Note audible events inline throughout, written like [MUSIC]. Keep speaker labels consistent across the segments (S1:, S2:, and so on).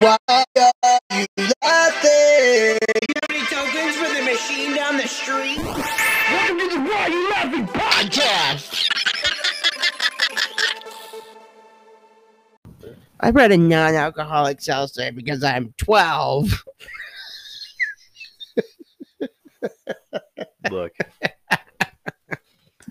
S1: Why are you laughing?
S2: Any tokens for the machine down the street?
S3: Welcome to the Why You Laughing podcast.
S1: I brought a non-alcoholic seltzer because I'm 12.
S4: Look,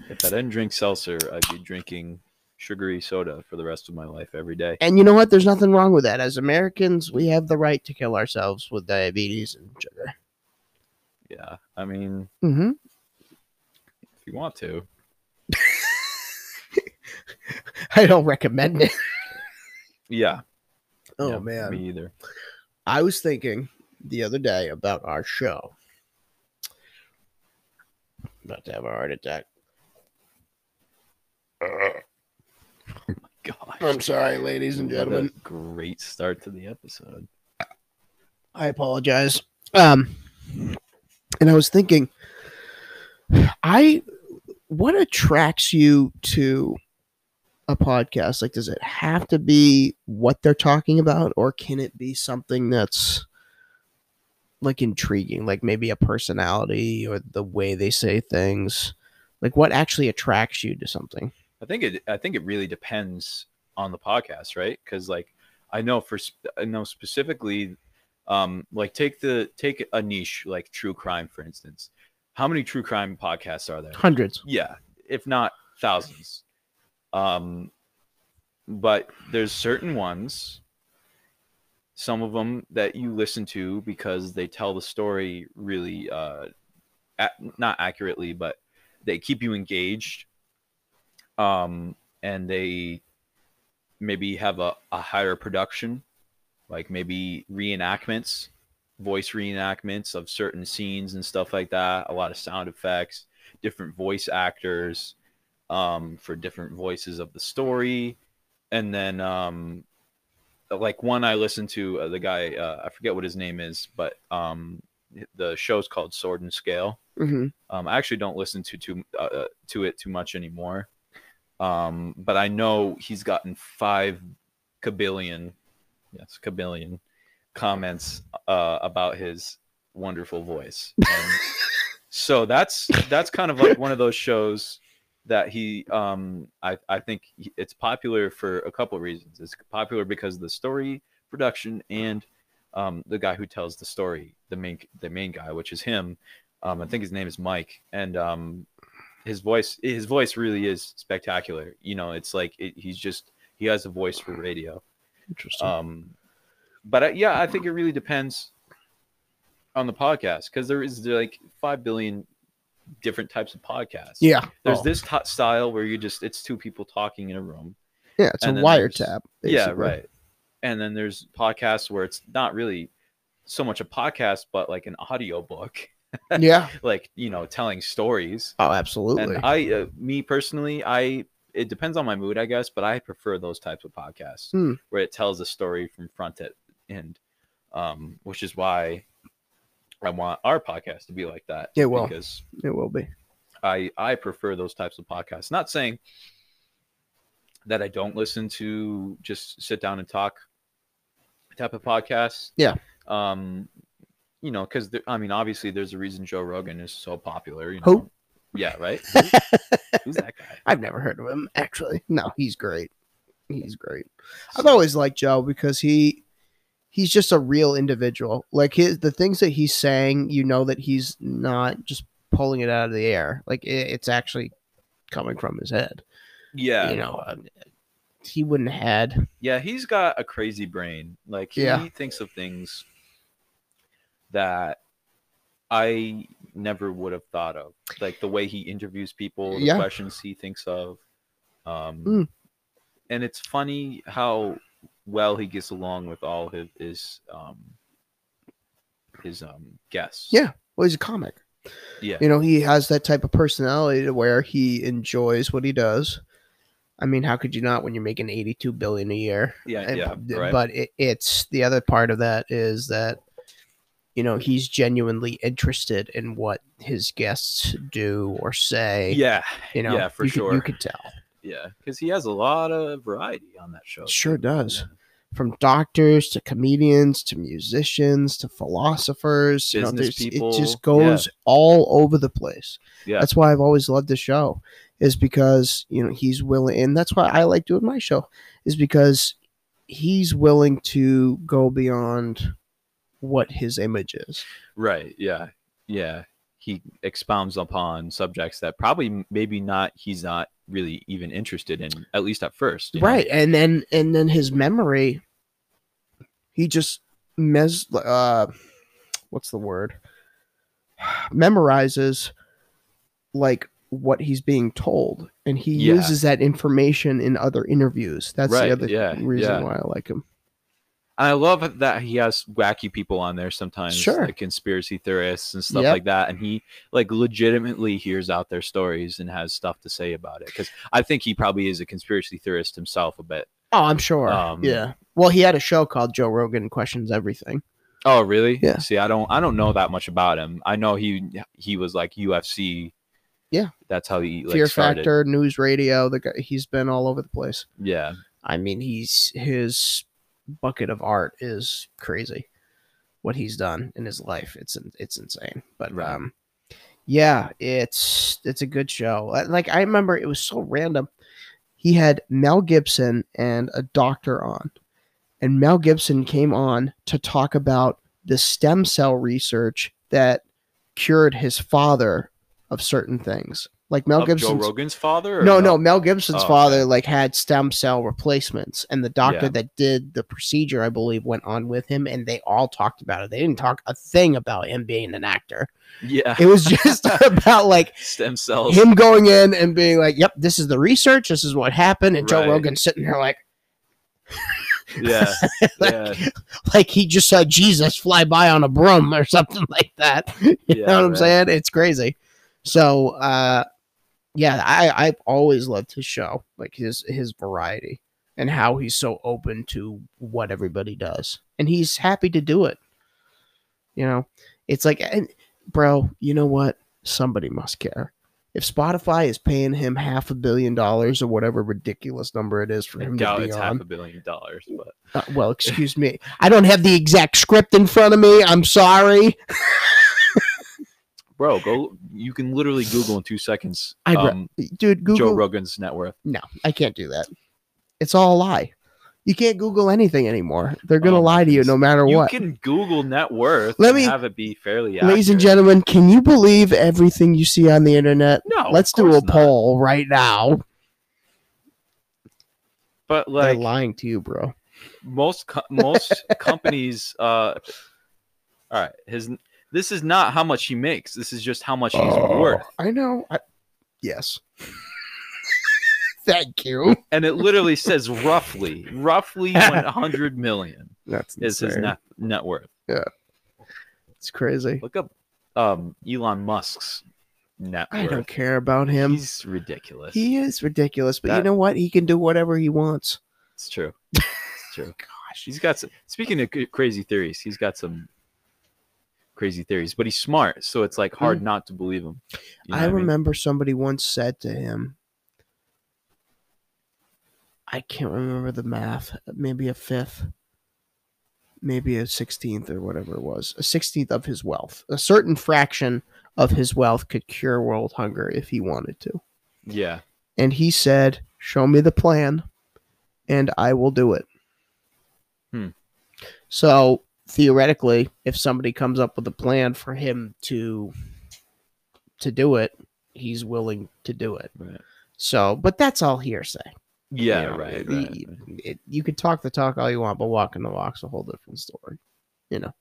S4: if I didn't drink seltzer, I'd be drinking sugary soda for the rest of my life every day.
S1: And you know what? There's nothing wrong with that. As Americans, we have the right to kill ourselves with diabetes and sugar.
S4: Yeah, I mean,
S1: Mm-hmm.
S4: if you want to,
S1: I don't recommend it.
S4: yeah.
S1: Oh
S4: yeah,
S1: man.
S4: me either.
S1: I was thinking the other day about our show. About to have a heart attack.
S4: God,
S1: I'm sorry, ladies and
S4: what
S1: gentlemen.
S4: a great start to the episode.
S1: I apologize. Um, and I was thinking, I what attracts you to a podcast? Like, does it have to be what they're talking about, or can it be something that's like intriguing, like maybe a personality or the way they say things? Like, what actually attracts you to something?
S4: I think it. I think it really depends on the podcast, right? Because like, I know for sp- I know specifically, um, like take the take a niche like true crime for instance. How many true crime podcasts are there?
S1: Hundreds.
S4: yeah if not thousands um but there's certain ones some of them that you listen to because they tell the story really uh ac not accurately but they keep you engaged um and they maybe have a, a higher production like maybe reenactments voice reenactments of certain scenes and stuff like that a lot of sound effects different voice actors um, for different voices of the story. And then, um, like one I listened to, uh, the guy, uh, I forget what his name is, but um, the show's called Sword and Scale.
S1: hmm
S4: Um, I actually don't listen to too, uh, uh, to it too much anymore. Um, but I know he's gotten five kabillion, yes, kabillion comments uh, about his wonderful voice. And so that's that's kind of like one of those shows that he um I, I think he- it's popular for a couple of reasons. It's popular because of the story production and um, the guy who tells the story, the main the main guy, which is him, um, I think his name is Mike, and um, his voice his voice really is spectacular. You know, it's like it, he's just he has a voice for radio.
S1: Interesting.
S4: Um, but I, yeah, I think it really depends on the podcast because there is like five billion different types of podcasts.
S1: yeah.
S4: there's
S1: Oh,
S4: this t- style where you just it's two people talking in a room.
S1: yeah, it's a
S4: and then there's-
S1: wiretap.
S4: Yeah,
S1: basically.
S4: right. And then there's podcasts where it's not really so much a podcast, but like an audio book, [LAUGHS]
S1: yeah.
S4: like you know, telling stories.
S1: Oh, absolutely.
S4: And I, uh, me personally, I it depends on my mood, I guess, but I prefer those types of podcasts
S1: Hmm.
S4: where it tells a story from front to end, um, which is why I want our podcast to be like that.
S1: It will.
S4: because
S1: it will be.
S4: I I prefer those types of podcasts. Not saying that I don't listen to just sit down and talk type of podcasts.
S1: Yeah.
S4: Um, you know, because I mean, obviously, there's a reason Joe Rogan is so popular. You know?
S1: Who?
S4: Yeah. Right.
S1: [LAUGHS]
S4: Who's that guy?
S1: I've never heard of him actually. No, he's great. He's great. I've always liked Joe because he he's just a real individual. Like his the things that he's saying, you know that he's not just pulling it out of the air. Like it, it's actually coming from his head.
S4: Yeah.
S1: You know, um, he wouldn't had.
S4: Yeah, he's got a crazy brain. Like he
S1: Yeah.
S4: thinks of things that I never would have thought of. Like the way he interviews people, the
S1: Yeah.
S4: questions he thinks of. Um
S1: Mm.
S4: and it's funny how well he gets along with all his his um his um guests.
S1: Yeah. Well, he's a comic.
S4: Yeah.
S1: You know, he has that type of personality to where he enjoys what he does. I mean, how could you not when you're making 82 billion a year?
S4: Yeah,
S1: And-
S4: yeah.
S1: th-
S4: right.
S1: Uh, But it, it's the other part of that is that you know he's genuinely interested in what his guests do or say.
S4: yeah.
S1: you know,
S4: yeah, for
S1: you could-
S4: sure.
S1: you could tell.
S4: Yeah. Because he has a lot of variety on that show.
S1: Sure does.
S4: Yeah.
S1: from doctors to comedians to musicians to philosophers. You know,
S4: Business
S1: there's-
S4: people,
S1: it just goes all over the place.
S4: Yeah.
S1: That's why I've always loved the show, is because you know he's willing, and that's why I like doing my show, is because he's willing to go beyond what his image is.
S4: Right. Yeah. Yeah. He expounds upon subjects that probably m- maybe not he's not really even interested in, at least at first. you know?
S1: right and then and then his memory he just mes uh what's the word [SIGHS] memorizes like what he's being told and he
S4: Yeah.
S1: uses that information in other interviews that's
S4: Right,
S1: the other
S4: yeah,
S1: reason
S4: yeah.
S1: why i like him
S4: And I love that he has wacky people on there sometimes,
S1: Sure.
S4: like conspiracy theorists and stuff
S1: Yep.
S4: like that. And he like legitimately hears out their stories and has stuff to say about it. Because I think he probably is a conspiracy theorist himself a bit.
S1: oh i'm sure
S4: Um,
S1: yeah well he had a show called joe rogan questions everything
S4: Oh, really?
S1: Yeah.
S4: See, I don't I don't know that much about him. I know he he was like UFC.
S1: Yeah.
S4: That's how he like
S1: fear
S4: started.
S1: factor news radio the guy he's been all over the place
S4: Yeah.
S1: I mean, he's his bucket of art is crazy. What he's done in his life, it's it's insane. But
S4: Right.
S1: um, yeah, it's it's a good show. Uh, Like I remember, it was so random. He had Mel Gibson and a doctor on, and Mel Gibson came on to talk about the stem cell research that cured his father of certain things. Like Mel
S4: Of Joe
S1: Gibson's
S4: Rogan's father? or
S1: no, no, Mel Gibson's
S4: Oh,
S1: father
S4: okay.
S1: like had stem cell replacements, and the doctor
S4: Yeah.
S1: that did the procedure, I believe, went on with him, and they all talked about it. They didn't talk a thing about him being an actor.
S4: Yeah.
S1: It was just [LAUGHS] about like
S4: [LAUGHS] stem cells.
S1: him going in and being like, "Yep, this is the research. This is what happened," and Joe
S4: Right.
S1: Rogan sitting there like, [LAUGHS]
S4: Yeah.
S1: like,
S4: yeah.
S1: [LAUGHS] like he just saw Jesus fly by on a broom or something [LAUGHS] like that. You
S4: Yeah,
S1: know what I'm
S4: right.
S1: saying? It's crazy. So, uh, yeah, I I've always loved his show, like his his variety and how he's so open to what everybody does, and he's happy to do it. You know, it's like, and, bro, you know what? Somebody must care. If Spotify is paying him half a billion dollars or whatever ridiculous number it is for
S4: I
S1: him to
S4: doubt
S1: be
S4: it's
S1: on,
S4: half a billion dollars, but
S1: uh, well, excuse me. I don't have the exact script in front of me. I'm sorry.
S4: bro, go. You can literally Google in two seconds.
S1: I'd ra-
S4: um,
S1: Dude, Google.
S4: Joe Rogan's net worth.
S1: I can't do that. It's all a lie. You can't Google anything anymore. They're going to
S4: Oh, my
S1: lie to you no matter
S4: You
S1: what.
S4: can Google net worth.
S1: Let
S4: and
S1: me-
S4: have it be fairly.
S1: Ladies and
S4: accurate.
S1: gentlemen, can you believe everything you see on the internet?
S4: No, Oh, of
S1: Let's do a
S4: course not.
S1: poll right now.
S4: But
S1: They're
S4: like
S1: lying to you, bro.
S4: most
S1: [LAUGHS]
S4: co- most companies, uh, all right, his this is not how much he makes. This is just how much he's
S1: Oh.
S4: worth.
S1: I know. I, yes. [LAUGHS] Thank you.
S4: And it literally says roughly,
S1: [LAUGHS]
S4: roughly one hundred million
S1: That's
S4: is his
S1: insane.
S4: net net worth.
S1: It's crazy.
S4: Look up um, Elon Musk's net
S1: I
S4: worth.
S1: don't care about him.
S4: He's ridiculous.
S1: He is ridiculous, but you
S4: That-
S1: know what? He can do whatever he wants.
S4: It's true. It's true. Gosh, he's got some. Speaking of c- crazy theories, he's got some crazy theories, but he's smart, so it's like hard not to believe him. You
S1: Mm-hmm.
S4: know
S1: I
S4: what mean?
S1: remember somebody once said to him, I can't remember the math, maybe a fifth, maybe a 16th or whatever it was, a 16th of his wealth. A certain fraction of his wealth could cure world hunger if he wanted to.
S4: Yeah,
S1: And he said, Show me the plan and I will do it.
S4: Hmm.
S1: So theoretically, if somebody comes up with a plan for him to to do it, he's willing to do it.
S4: right.
S1: So, but that's all hearsay.
S4: yeah,
S1: you know,
S4: right.
S1: it-
S4: right,
S1: it-
S4: right.
S1: it- you could talk the talk all you want, but walking the walk's a whole different story. You know,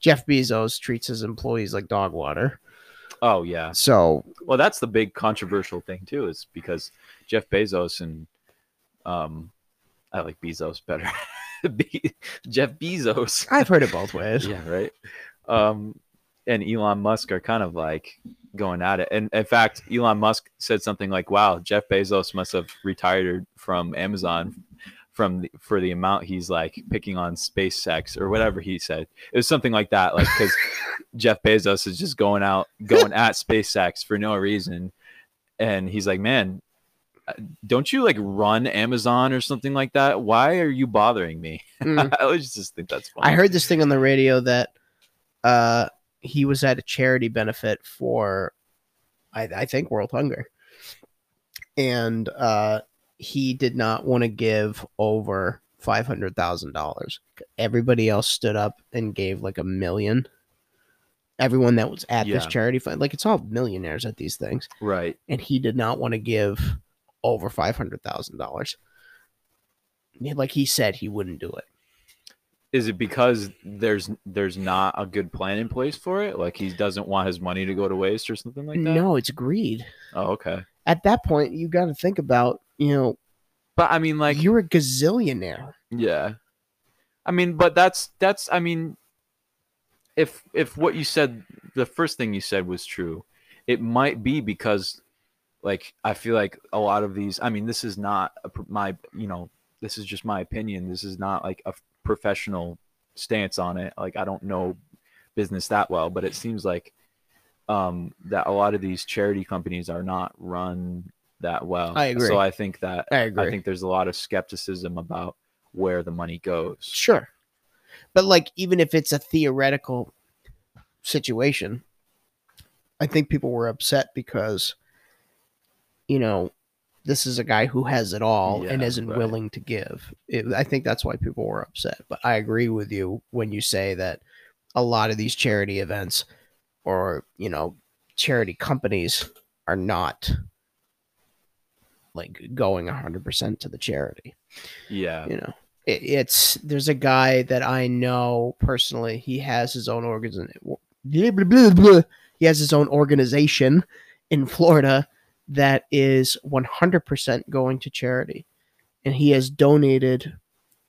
S1: Jeff Bezos treats his employees like dog water.
S4: Oh yeah.
S1: So,
S4: Well, that's the big controversial thing too, is because Jeff Bezos and um, I like Bezos better. [LAUGHS] Be- Jeff Bezos.
S1: I've heard it both [LAUGHS] ways.
S4: yeah right um and elon musk are kind of like going at it and in fact elon musk said something like wow jeff bezos must have retired from amazon from the, for the amount he's like picking on spacex or whatever he said it was something like that like
S1: [LAUGHS]
S4: because jeff bezos is just going out going at spacex for no reason and he's like man uh, don't you like run Amazon or something like that? Why are you bothering me? [LAUGHS]
S1: Mm.
S4: I always just think that's funny.
S1: I heard this thing on the radio that uh, he was at a charity benefit for, I, I think, World Hunger. And uh, he did not want to give over $500,000. Everybody else stood up and gave like a million. Everyone that was at this
S4: Yeah.
S1: charity, fund- like it's all millionaires at these things.
S4: right.
S1: and he did not want to give over five hundred thousand dollars. Like he said, he wouldn't do it.
S4: Is it because there's there's not a good plan in place for it? Like he doesn't want his money to go to waste or something like that?
S1: No, it's greed.
S4: Oh, okay.
S1: At that point, you got to think about you know,
S4: But I mean like
S1: like you're a gazillionaire.
S4: Yeah. I mean, but that's that's I mean if if what you said the first thing you said was true, it might be because like I feel like a lot of these I mean, this is not a, pr- my, you know, this is just my opinion. This is not like a f- professional stance on it. Like I don't know business that well, but it seems like um that a lot of these charity companies are not run that well.
S1: I agree.
S4: So I think that
S1: I agree.
S4: I think there's a lot of skepticism about where the money goes.
S1: sure, but like even if it's a theoretical situation, I think people were upset because you know this is a guy who has it all and
S4: Yeah,
S1: isn't
S4: right.
S1: willing to give. It, I think that's why people were upset. But I agree with you when you say that a lot of these charity events or you know charity companies are not like going 100% to the charity
S4: Yeah.
S1: you know it, it's there's a guy that i know personally he has his own organ blah, blah, blah, blah. he has his own organization in florida that is 100% going to charity and he has donated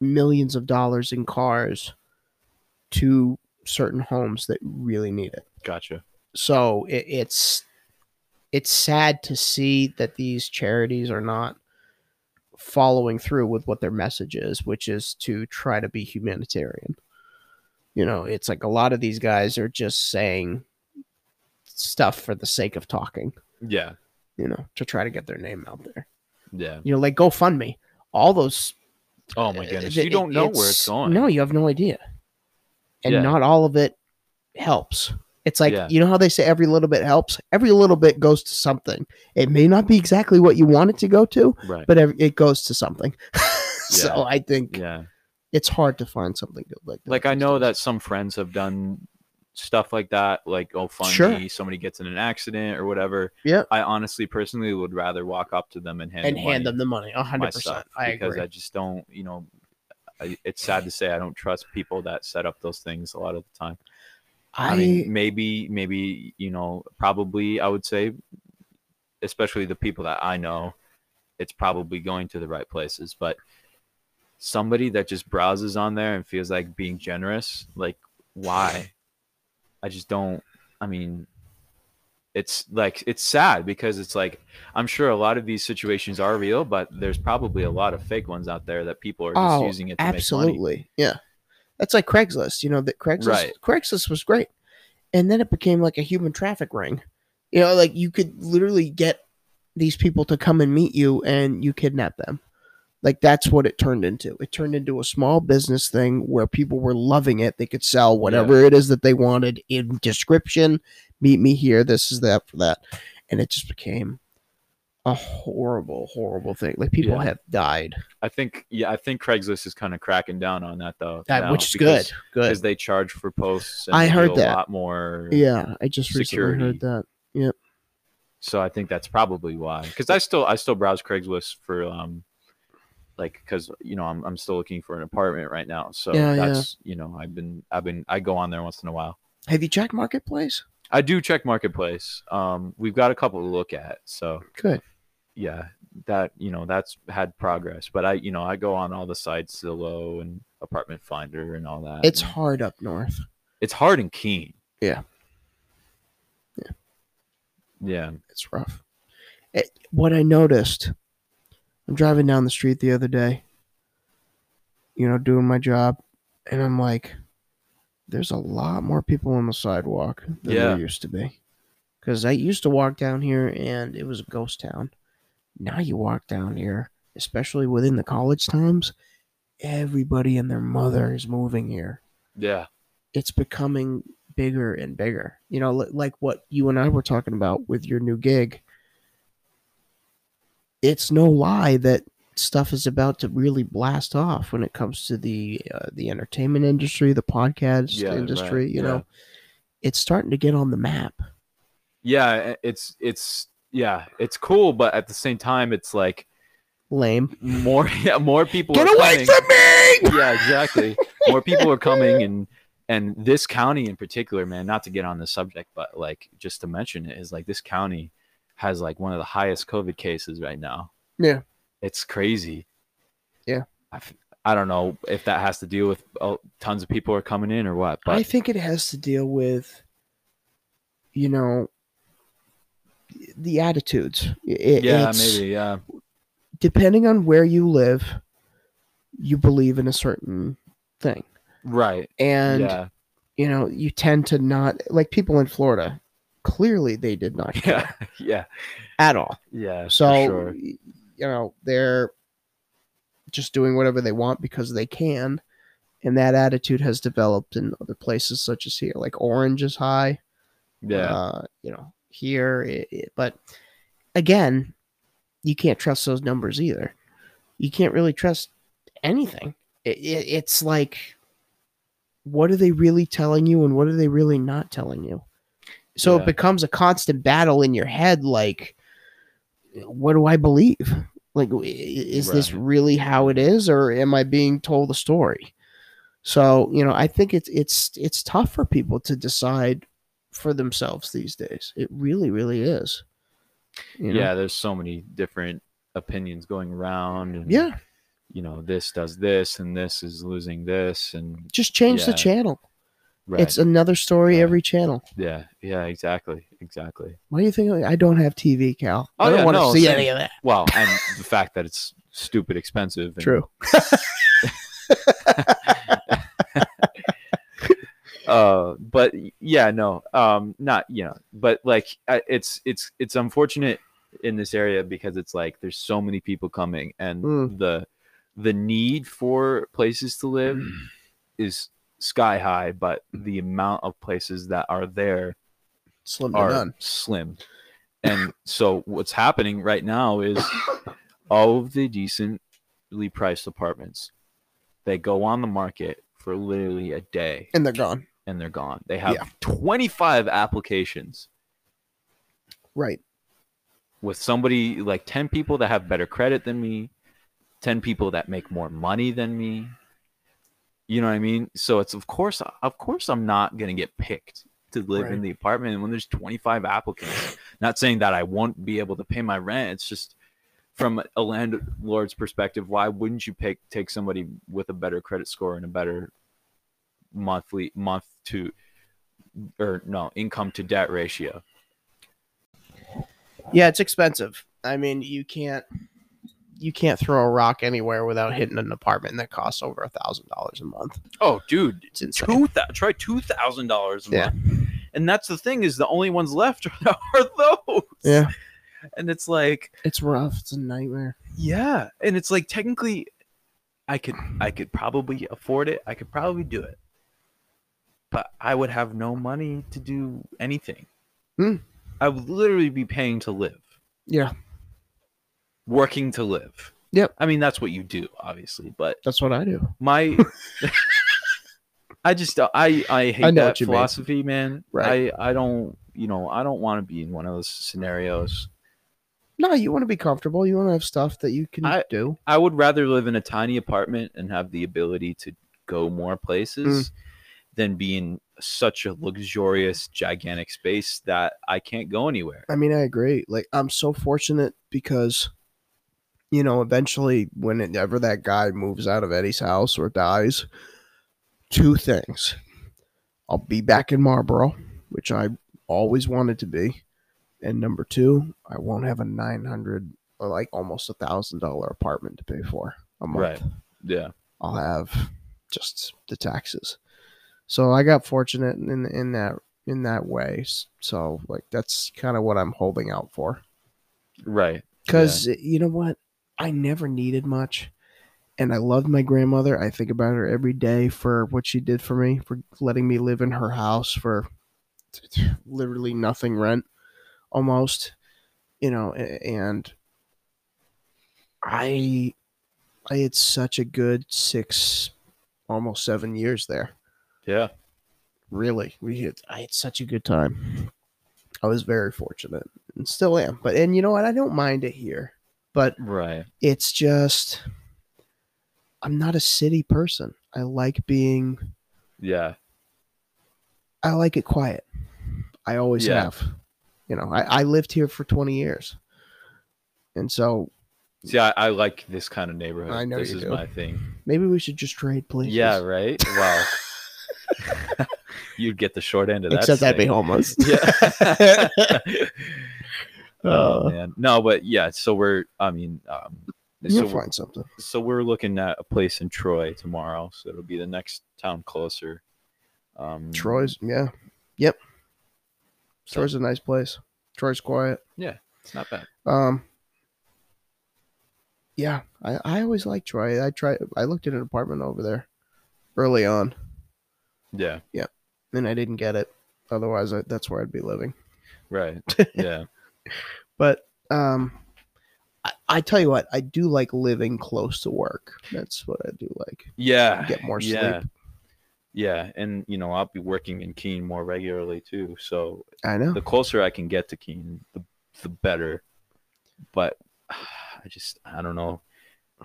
S1: millions of dollars in cars to certain homes that really need it
S4: Gotcha.
S1: so it, it's it's sad to see that these charities are not following through with what their message is which is to try to be humanitarian you know it's like a lot of these guys are just saying stuff for the sake of talking
S4: Yeah.
S1: you know to try to get their name out there
S4: Yeah.
S1: you know like gofundme all those
S4: Oh my goodness.
S1: it-
S4: You don't know where it's going.
S1: Uh, no you have no idea and
S4: Yeah.
S1: not all of it helps. It's like
S4: Yeah.
S1: you know how they say every little bit helps. Every little bit goes to something. It may not be exactly what you want it to go to,
S4: Right.
S1: but ev- it goes to something. [LAUGHS] so
S4: Yeah.
S1: I think
S4: yeah.
S1: it's hard to find something good like that.
S4: Like I know
S1: these days.
S4: that some friends have done stuff like that, like oh funny,
S1: Sure.
S4: somebody gets in an accident or whatever.
S1: Yep.
S4: I honestly personally would rather walk up to them and hand
S1: and
S4: them
S1: hand
S4: money
S1: them the money. A hundred percent.
S4: myself
S1: I
S4: because
S1: agree.
S4: I just don't, you know, I, it's sad to say I don't trust people that set up those things a lot of the time. I,
S1: I,
S4: mean, maybe, maybe, you know, probably I would say, especially the people that I know, it's probably going to the right places. But somebody that just browses on there and feels like being generous, like, why? I just don't. I mean, it's like, it's sad because it's like, I'm sure a lot of these situations are real, but there's probably a lot of fake ones out there that people are just
S1: Oh,
S4: using it to make money.
S1: absolutely. Yeah. That's like Craigslist. You know that Craigslist.
S4: Right.
S1: Craigslist was great, and then it became like a human traffic ring. You know, like you could literally get these people to come and meet you, and you kidnap them. Like that's what it turned into. It turned into a small business thing where people were loving it. They could sell whatever it is that they wanted in description. Meet me here. This is that for that, and it just became a horrible, horrible thing. Like people
S4: Yeah.
S1: have died,
S4: I think, yeah, I think Craigslist is kind of cracking down on that though.
S1: that,
S4: now
S1: which is
S4: because-
S1: good. Good.
S4: because they charge for posts.
S1: I
S4: they
S1: heard
S4: do
S1: that.
S4: a lot more.
S1: Yeah, I just recently
S4: security.
S1: heard that.
S4: So I think that's probably why. Because I still I still browse Craigslist for um, like because you know I'm I'm still looking for an apartment right now. So
S1: Yeah, yeah.
S4: that's you know I've been I've been I go on there once in a while.
S1: Have you checked Marketplace?
S4: I do check marketplace. Um, we've got a couple to look at. So
S1: Good.
S4: yeah, that you know that's had progress. But I you know I go on all the sites Zillow and Apartment Finder and all that.
S1: It's
S4: and
S1: hard up north.
S4: it's hard and keen.
S1: Yeah.
S4: Yeah.
S1: It's rough. It, what I noticed, I'm driving down the street the other day, you know, doing my job, and I'm like, there's a lot more people on the sidewalk than
S4: Yeah.
S1: there used to be. Because I used to walk down here and it was a ghost town. Now you walk down here, especially within the college times, everybody and their mother is moving here.
S4: Yeah.
S1: It's becoming bigger and bigger. You know, li- like what you and I were talking about with your new gig. It's no lie that stuff is about to really blast off when it comes to the uh, the entertainment industry, the podcast
S4: Yeah, right,
S1: industry. You
S4: yeah.
S1: know, it's starting to get on the map.
S4: Yeah. It's, it's, yeah, it's cool, but at the same time, it's like
S1: Lame.
S4: more, [LAUGHS] yeah, more people.
S1: Get
S4: are
S1: away
S4: coming.
S1: from me!
S4: yeah, exactly. More people are coming and and this county in particular, man, not to get on the subject, but like just to mention it is like this county has like one of the highest COVID cases right now.
S1: Yeah.
S4: It's crazy.
S1: Yeah.
S4: I, f- I don't know if that has to deal with oh, tons of people are coming in or what, but
S1: I think it has to deal with, you know, the attitudes. It,
S4: yeah,
S1: it's-
S4: maybe. Yeah.
S1: Depending on where you live, you believe in a certain thing.
S4: Right.
S1: And,
S4: yeah. [LAUGHS]
S1: you know, you tend to not, like people in Florida, clearly they did
S4: [LAUGHS]
S1: not care
S4: Yeah. Yeah.
S1: at all.
S4: Yeah. for
S1: So,
S4: sure.
S1: y- you know, they're just doing whatever they want because they can. And that attitude has developed in other places such as here. Like Orange is high.
S4: Yeah.
S1: uh, you know, here. It, it- but again, you can't trust those numbers either. You can't really trust anything. It, it, it's like, what are they really telling you and what are they really not telling you? So
S4: Yeah.
S1: it becomes a constant battle in your head. Like, what do I believe? Like, i- i- is this
S4: Right.
S1: really how it is, or am I being told a story? So you know, I think it's it's it's tough for people to decide for themselves these days. It really, really is. You know?
S4: Yeah. There's so many different opinions going around. And,
S1: yeah.
S4: you know this does this and this is losing this and
S1: Just change the
S4: Yeah.
S1: channel.
S4: right
S1: It's another story
S4: Right.
S1: every channel.
S4: yeah yeah exactly exactly
S1: Why do you think I don't have TV, Cal?
S4: Oh,
S1: I don't
S4: yeah,
S1: want to
S4: no,
S1: see
S4: same.
S1: any of that.
S4: well and the fact that it's stupid expensive and,
S1: True.
S4: uh but yeah no um not you know but like I- it's it's it's unfortunate in this area because it's like there's so many people coming and
S1: Mm.
S4: the the need for places to live is sky high but the amount of places that are there
S1: Slim to
S4: are
S1: none.
S4: slim. And so what's happening right now is all of the decently priced apartments, they go on the market for literally a day
S1: And they're gone.
S4: and they're gone. They have
S1: Yeah.
S4: 25 applications
S1: Right.
S4: with somebody like 10 people that have better credit than me, 10 people that make more money than me. You know what I mean? So it's of course of course I'm not going to get picked to live in
S1: Right.
S4: the apartment and when there's 25 applicants. Not saying that I won't be able to pay my rent, it's just from a landlord's perspective, why wouldn't you pick take somebody with a better credit score and a better monthly month to or no, income to debt ratio?
S1: Yeah, it's expensive. I mean, you can't you can't throw a rock anywhere without hitting an apartment that costs over a thousand dollars a month.
S4: Oh, dude,
S1: It's insane.
S4: two thousand try two thousand dollars a
S1: Yeah.
S4: month. And that's the thing is the only ones left [LAUGHS] are those.
S1: Yeah.
S4: And it's like,
S1: It's rough. It's a nightmare.
S4: yeah. And it's like technically I could I could probably afford it. I could probably do it. But I would have no money to do anything.
S1: Hmm.
S4: I would literally be paying to live,
S1: Yeah,
S4: working to live.
S1: Yep.
S4: I mean, that's what you do, obviously, but
S1: that's what I do. [LAUGHS]
S4: my i just uh, i i hate
S1: I know
S4: that
S1: what you mean.
S4: philosophy man
S1: Right.
S4: i i don't you know i don't want to be in one of those scenarios
S1: No, you want to be comfortable. You want to have stuff that you can
S4: I-
S1: do.
S4: i would rather live in a tiny apartment and have the ability to go more
S1: Mm.
S4: places than be in such a luxurious gigantic space that i can't go anywhere
S1: I mean, I agree. Like, I'm so fortunate because, you know, eventually, whenever that guy moves out of Eddie's house or dies, two things. I'll be back in Marlboro, which I always wanted to be. And number two, I won't have a 900 or like almost a thousand dollar apartment to pay for a month.
S4: Right. yeah
S1: I'll have just the taxes. So I got fortunate in in that in that way. S- So like that's kind of what I'm holding out for.
S4: right
S1: Because you know what? I never needed much. And I loved my grandmother. I think about her every day for what she did for me, for letting me live in her house for [SNIFFS] literally nothing rent almost. You know, a- and I I had such a good six almost seven years there.
S4: Yeah.
S1: Really. We had I had such a good time. I was very fortunate and still am. But and you know what? I don't mind it here. But
S4: Right.
S1: it's just I'm not a city person. I like being
S4: Yeah.
S1: I like it quiet. I always
S4: Yeah.
S1: have. You know, I, I lived here for 20 years. And so
S4: See, I, I like this kind of neighborhood.
S1: I know
S4: this
S1: you
S4: is
S1: do.
S4: my thing.
S1: maybe we should just trade places.
S4: Yeah, right? Wow. [LAUGHS] You'd get the short end of that.
S1: Except I'd be
S4: stick. [LAUGHS]
S1: homeless.
S4: Yeah.
S1: [LAUGHS]
S4: oh,
S1: Uh,
S4: man. No, but yeah, so we're I mean, um so,
S1: You'll find something.
S4: so we're looking at a place in Troy tomorrow, so it'll be the next town closer. Um
S1: Troy's, yeah. Yep. Troy's a nice place. Troy's quiet.
S4: It's not bad.
S1: Um, yeah, I, I always like Troy. I try. I looked at an apartment over there early on,
S4: Yeah.
S1: and I didn't get it. Otherwise, I, that's where I'd be living. [LAUGHS]
S4: Right. Yeah.
S1: But um, I, I tell you what, I do like living close to work. That's what I do like.
S4: Yeah.
S1: Get more
S4: Yeah.
S1: sleep.
S4: Yeah. And you know, I'll be working in Keene more regularly too. So
S1: I know.
S4: the closer I can get to Keene, the the better. But [SIGHS] I just I don't know.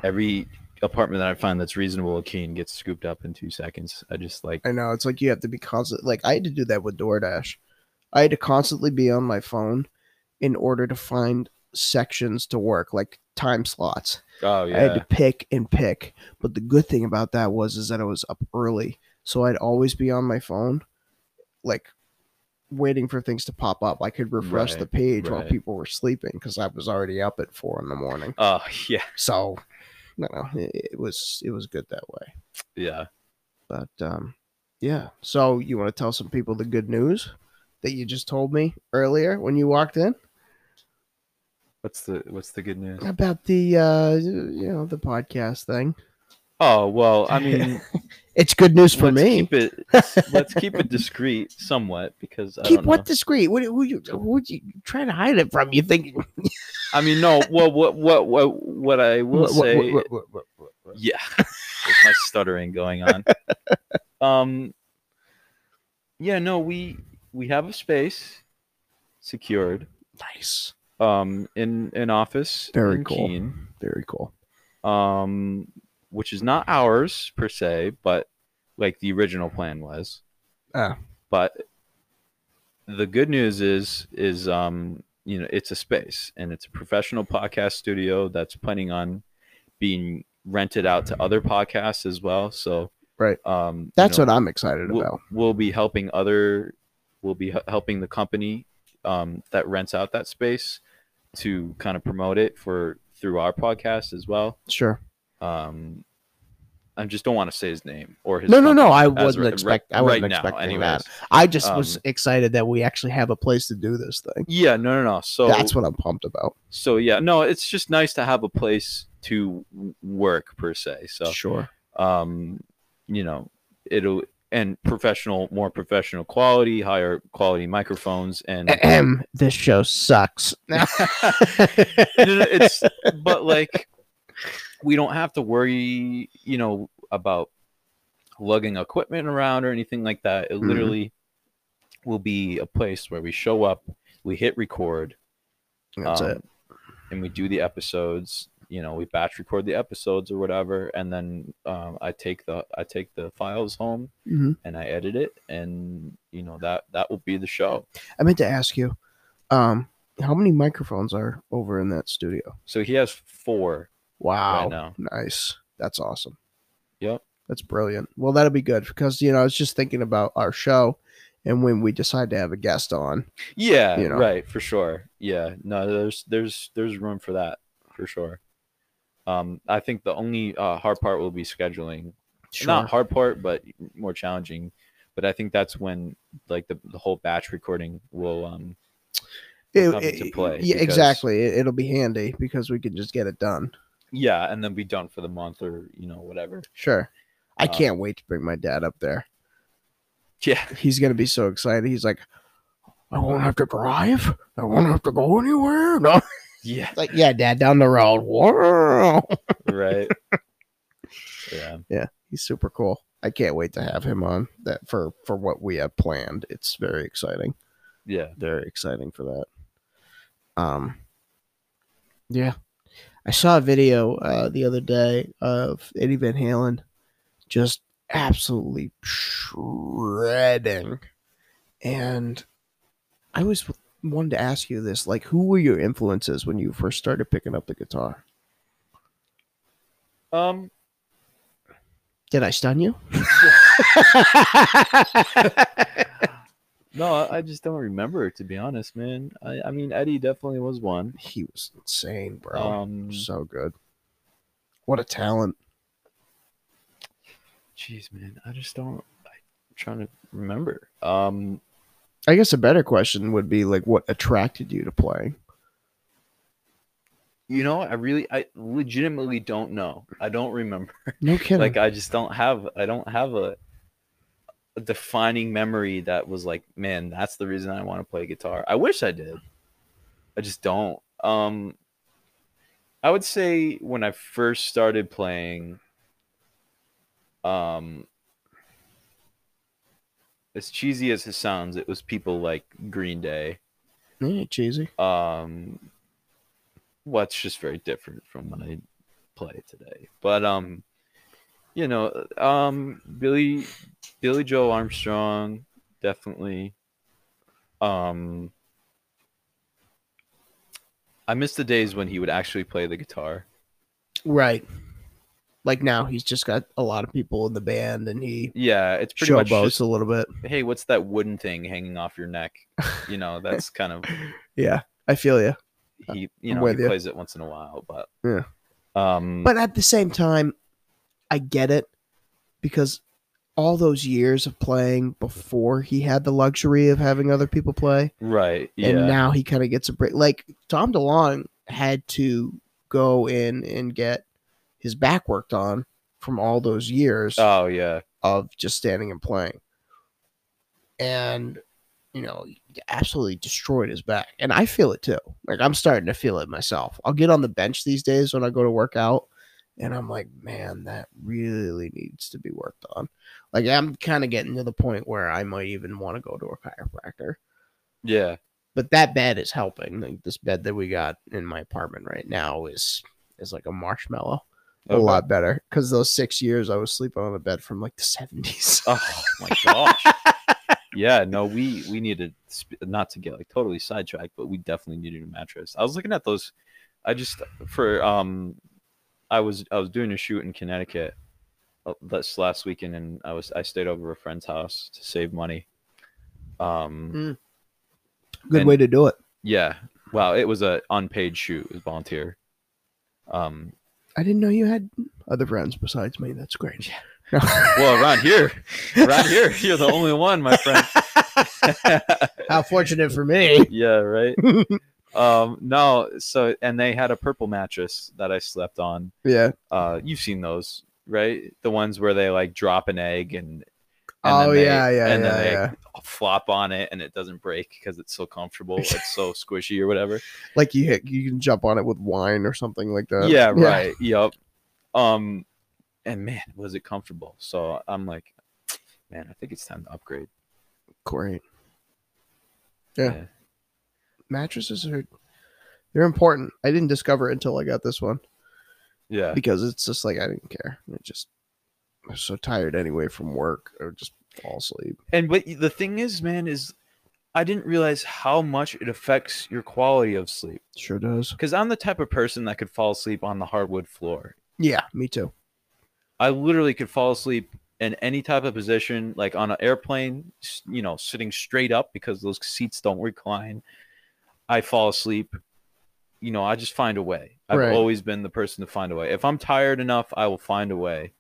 S4: Every apartment that I find that's reasonable at Keene gets scooped up in two seconds. I just like
S1: I know. It's like you have to be constant. Like I had to do that with DoorDash. I had to constantly be on my phone in order to find sections to work, like time slots.
S4: oh
S1: I had
S4: yeah
S1: to pick and pick. But the good thing about that was is that I was up early, so I'd always be on my phone, like waiting for things to pop up. I could refresh the
S4: Right,
S1: page while
S4: right.
S1: people were sleeping because I was already up at four in the morning.
S4: oh [LAUGHS] yeah
S1: So, no, no, it, it was it was good that way.
S4: yeah
S1: But um, yeah. So you want to tell some people the good news that you just told me earlier when you walked in
S4: what's the what's the good news
S1: about the uh, you know the podcast thing.
S4: oh well I
S1: [LAUGHS]
S4: mean
S1: It's good news for
S4: let's
S1: me. [LAUGHS]
S4: keep it let's keep it discreet somewhat because I
S1: keep
S4: don't
S1: what
S4: know.
S1: discreet? What would you would you try to hide it from? You think?
S4: I mean no well what what what what I will
S1: What- what-
S4: say
S1: what- what- what- what- what-
S4: Yeah. With my stuttering
S1: [LAUGHS]
S4: going on. Um Yeah, no, we we have a space secured.
S1: Nice,
S4: Um in an office.
S1: Very
S4: in
S1: cool.
S4: Keene,
S1: very cool.
S4: um which is not ours per se, but like the original plan was.
S1: Ah.
S4: But the good news is is um you know it's a space and it's a professional podcast studio that's planning on being rented out to other podcasts as well. So
S1: Right.
S4: um
S1: That's what I'm excited
S4: we'll,
S1: about.
S4: We'll be helping other, we'll be he- helping the company um, that rents out that space to kind of promote it for through our podcast as well.
S1: Sure.
S4: Um, I just don't want to say his name or his.
S1: No, no, no.
S4: company
S1: I
S4: as
S1: wasn't
S4: ri-
S1: expect. I
S4: right
S1: wasn't
S4: now,
S1: expecting that.
S4: anyways.
S1: I just was
S4: Um,
S1: excited that we actually have a place to do this thing.
S4: Yeah, no, no, no. So
S1: That's what I'm pumped about.
S4: So yeah, no, it's just nice to have a place to w- work per se. So [CLEARS THROAT]
S1: Sure.
S4: um, you know, it'll and professional, more professional quality, higher quality microphones,
S1: [CLEARS THROAT]
S4: and
S1: Ahem, this show
S4: [LAUGHS]
S1: sucks. [LAUGHS]
S4: No, no, it's but like we don't have to worry, you know, about lugging equipment around or anything like that. It
S1: Mhm.
S4: literally will be a place where we show up, we hit record,
S1: That's
S4: um,
S1: it.
S4: and we do the episodes. You know, we batch record the episodes or whatever, and then um, I take the I take the files home
S1: Mhm.
S4: and I edit it, and you know that that will be the show.
S1: I meant to ask you, um, how many microphones are over in that studio?
S4: So he has four
S1: Wow.
S4: right now.
S1: Nice. That's awesome.
S4: Yep.
S1: That's brilliant. Well, that'll be good because you know I was just thinking about our show, and when we decide to have a guest on,
S4: Yeah,
S1: you know?
S4: right, for sure. Yeah, no, there's there's there's room for that for sure. Um, I think the only uh, hard part will be scheduling. Not hard part, but more challenging. But I think that's when like the, the whole batch recording will um
S1: It-
S4: come into
S1: it-
S4: play
S1: Yeah,
S4: because-
S1: exactly. It, it'll be handy because we can just get it done.
S4: Yeah, and then be done for the month or you know whatever.
S1: [LAUGHS] Sure. I
S4: Uh,
S1: can't wait to bring my dad up there.
S4: Yeah,
S1: He's gonna be so excited. He's like, I won't have to drive. I won't have to go anywhere. [LAUGHS] No,
S4: yeah,
S1: like, yeah, dad, down the road. Wow.
S4: right. yeah,
S1: He's super cool. I can't wait to have him on that for for what we have planned. It's very exciting.
S4: yeah.
S1: Very exciting for that. Um. Yeah, I saw a video uh, the other day of Eddie Van Halen just absolutely shredding, and I always wanted to ask you this: like, who were your influences when you first started picking up the guitar?
S4: Um,
S1: Did I stun [LAUGHS] you?
S4: no, I, I just don't remember to be honest, man. I, I mean, Eddie definitely was one.
S1: he was insane, bro.
S4: Um,
S1: so good. What a talent.
S4: jeez, man, I just don't. I'm trying to remember. Um,
S1: I guess a better question would be like what attracted you to playing?
S4: you know, I really, I legitimately don't know. I don't remember.
S1: No kidding.
S4: like uh, i just don't have i don't have a, a defining memory that was like man that's the reason i want to play guitar i wish i did i just don't um i would say when i first started playing um as cheesy as it sounds it was people like green day
S1: Yeah, cheesy.
S4: um well it's just very different from when i play today but um you know um billy billy joe armstrong definitely um i miss the days when he would actually play the guitar
S1: Right. Like now he's just got a lot of people in the band and he
S4: yeah it's pretty much
S1: showboats
S4: just,
S1: a little bit.
S4: hey what's that wooden thing hanging off your neck you know that's kind of
S1: Yeah, I feel you.
S4: he you
S1: I'm
S4: know he
S1: with ya.
S4: plays it once in a while but
S1: Yeah.
S4: um
S1: But at the same time, I get it because all those years of playing before he had the luxury of having other people play,
S4: right yeah
S1: and now he kind of gets a break. Like Tom DeLong had to go in and get his back worked on from all those years
S4: oh yeah
S1: of just standing and playing, and you know, he absolutely destroyed his back. And I feel it too. Like I'm starting to feel it myself. I'll get on the bench these days when I go to work out. And I'm like, man, that really needs to be worked on. Like, I'm kind of getting to the point where I might even want to go to a chiropractor
S4: yeah
S1: but that bed is helping. Like this bed that we got in my apartment right now is is like a marshmallow. A
S4: Okay.
S1: lot better because those six years I was sleeping on a bed from like the seventies. [LAUGHS]
S4: Oh my gosh. yeah, no, we we needed sp- not to get like totally sidetracked, but we definitely needed a mattress. I was looking at those. I just for um, I was I was doing a shoot in Connecticut uh, this last weekend, and I was I stayed over at a friend's house to save money. Um,
S1: Hmm. Good
S4: And-
S1: way to do it.
S4: yeah, wow, it was a unpaid shoot. It was volunteer. Um,
S1: I didn't know you had other friends besides me. That's
S4: [LAUGHS]
S1: great.
S4: well, around here, around here, you're the only one, my friend.
S1: [LAUGHS]
S4: [LAUGHS]
S1: How fortunate for me. [LAUGHS]
S4: yeah right um no so and they had a purple mattress that i slept on
S1: Yeah.
S4: uh you've seen those right the ones where they like drop an egg and, and then
S1: oh
S4: they-
S1: yeah, yeah,
S4: and
S1: yeah,
S4: then they
S1: yeah.
S4: flop on it and it doesn't break because it's so comfortable it's
S1: [LAUGHS]
S4: so squishy or whatever
S1: Like you hit, you can jump on it with wine or something like that.
S4: yeah right yep um and man was it comfortable so i'm like man i think it's time to upgrade
S1: Great. Yeah. Mattresses are they're important. I didn't discover it until I got this one.
S4: yeah
S1: because it's just like I didn't care. I just I was so tired anyway from work. I would just fall asleep.
S4: And but the thing is, man, is I didn't realize how much it affects your quality of sleep.
S1: Sure does.
S4: Because I'm the type of person that could fall asleep on the hardwood floor.
S1: Yeah, me too.
S4: I literally could fall asleep in any type of position, like on an airplane, s- you know, sitting straight up because those seats don't recline. I fall asleep. You know, I just find a way. I've
S1: Right.
S4: always been the person to find a way. If I'm tired enough, I will find a way.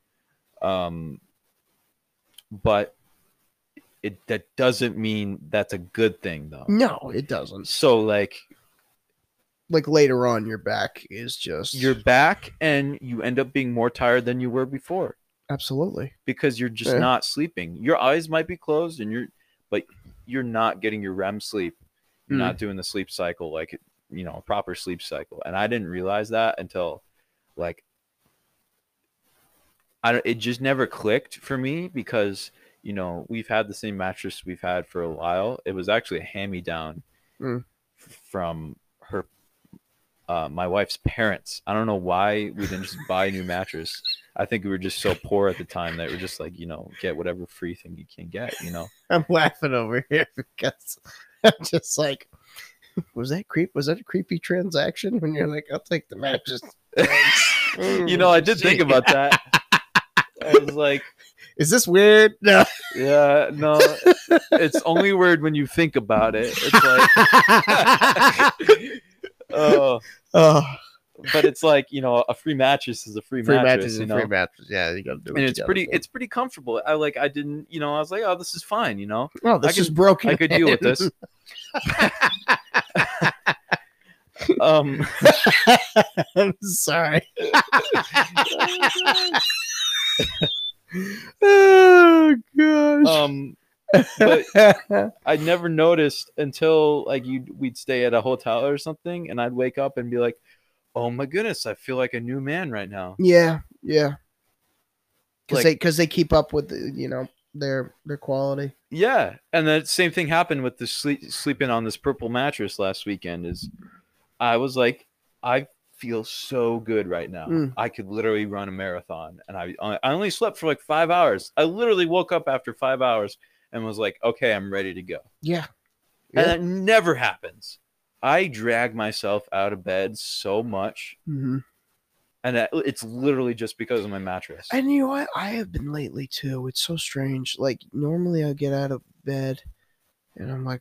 S4: Um, but It that doesn't mean that's a good thing though.
S1: No, it doesn't.
S4: So like
S1: Like later on, your back is just
S4: you're back and you end up being more tired than you were before
S1: absolutely
S4: because you're just
S1: Yeah.
S4: not sleeping. Your eyes might be closed and you're but you're not getting your REM sleep. You're
S1: Mm.
S4: not doing the sleep cycle like you know, a proper sleep cycle. And I didn't realize that until like I don't it just never clicked for me because you know, we've had the same mattress we've had for a while. It was actually a hand me down
S1: Mm.
S4: from her uh, my wife's parents. I don't know why we didn't just buy a new mattress. I think we were just so poor at the time that we're just like, you know, get whatever free thing you can get, you [LAUGHS] know.
S1: I'm laughing over here [LAUGHS] because I'm just like, was that creep? Was that a creepy transaction? When you're like, I'll take the
S4: [LAUGHS]
S1: mattress. Mm.
S4: you know, I did think about that. I was like,
S1: Is this weird?
S4: [LAUGHS]
S1: No.
S4: yeah, no, it's only weird when you think about it. It's like, [LAUGHS] oh,
S1: [LAUGHS] oh,
S4: but it's like, you know, a free mattress is a free,
S1: free
S4: mattress,
S1: mattress
S4: you
S1: and
S4: know.
S1: free mattress. Yeah, you gotta do it.
S4: and it's pretty, it's pretty comfortable. I like, I didn't, you know, I was like, oh, this is fine, you know.
S1: well, Oh, this
S4: I
S1: is
S4: can-
S1: broken.
S4: I could deal with [LAUGHS] this. um,
S1: [LAUGHS] I'm
S4: [LAUGHS]
S1: sorry. [LAUGHS] oh gosh.
S4: um, but
S1: [LAUGHS]
S4: I never noticed until like you we'd stay at a hotel or something, and I'd wake up and be like, "Oh my goodness, I feel like a new man right now."
S1: yeah, yeah. Because
S4: Like-
S1: they because they keep up with the, you know their their quality.
S4: Yeah, and that same thing happened with the sleep sleeping on this purple mattress last weekend. Is I was like, I feel so good right now.
S1: Mm.
S4: I could literally run a marathon, and I I only slept for like five hours. I literally woke up after five hours and was like, "Okay, I'm ready to go."
S1: Yeah.
S4: And that never happens. I drag myself out of bed so much
S1: Mm-hmm.
S4: and that, it's literally just because of my mattress.
S1: And you know what? I have been lately too. It's so strange. Like normally I get out of bed and I'm like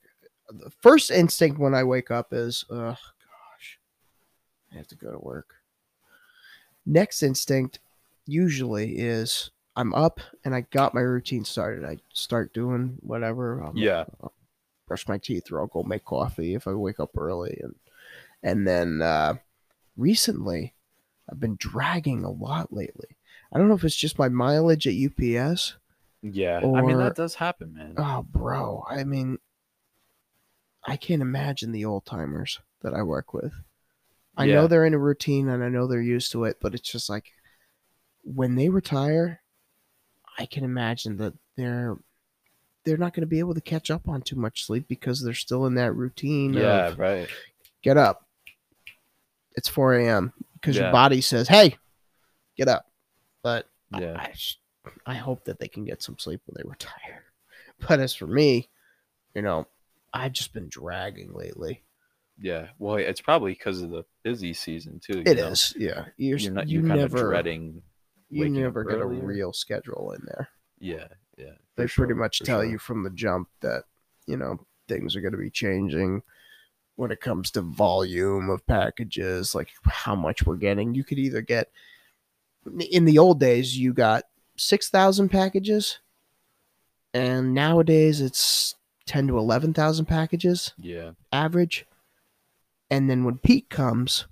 S1: the first instinct when I wake up is, oh gosh, I have to go to work. Next instinct usually is I'm up and I got my routine started. I start doing whatever. I'm
S4: yeah,
S1: brush my teeth or I'll go make coffee if I wake up early and and then uh, recently I've been dragging a lot lately. I don't know if it's just my mileage at UPS.
S4: yeah. I mean
S1: or-
S4: that does happen, man.
S1: Oh, bro. I mean, I can't imagine the old timers that I work with. I know
S4: Yeah.
S1: they're in a routine and I know they're used to it, but it's just like when they retire, I can imagine that they're they're not going to be able to catch up on too much sleep because they're still in that routine.
S4: yeah,
S1: of,
S4: right.
S1: get up. It's 4 a.m. because
S4: Yeah.
S1: your body says, "Hey, get up." But I-
S4: Yeah.
S1: I, sh- I hope that they can get some sleep when they retire. [LAUGHS] But as for me, you know, I've just been dragging lately.
S4: Yeah. Well, it's probably because of the busy season too.
S1: It is, yeah. You're,
S4: You're
S1: not,
S4: not.
S1: you
S4: You're kind
S1: never,
S4: of dreading.
S1: you
S4: waking up
S1: never get a
S4: earlier.
S1: real schedule in there.
S4: Yeah. Yeah.
S1: They
S4: for sure,
S1: pretty much
S4: for
S1: tell
S4: sure.
S1: you from the jump that you know things are going to be changing when it comes to volume of packages, like how much we're getting. You could either get in the old days you got six thousand packages, and nowadays it's ten to eleven thousand packages
S4: Yeah.
S1: average. And then when peak comes,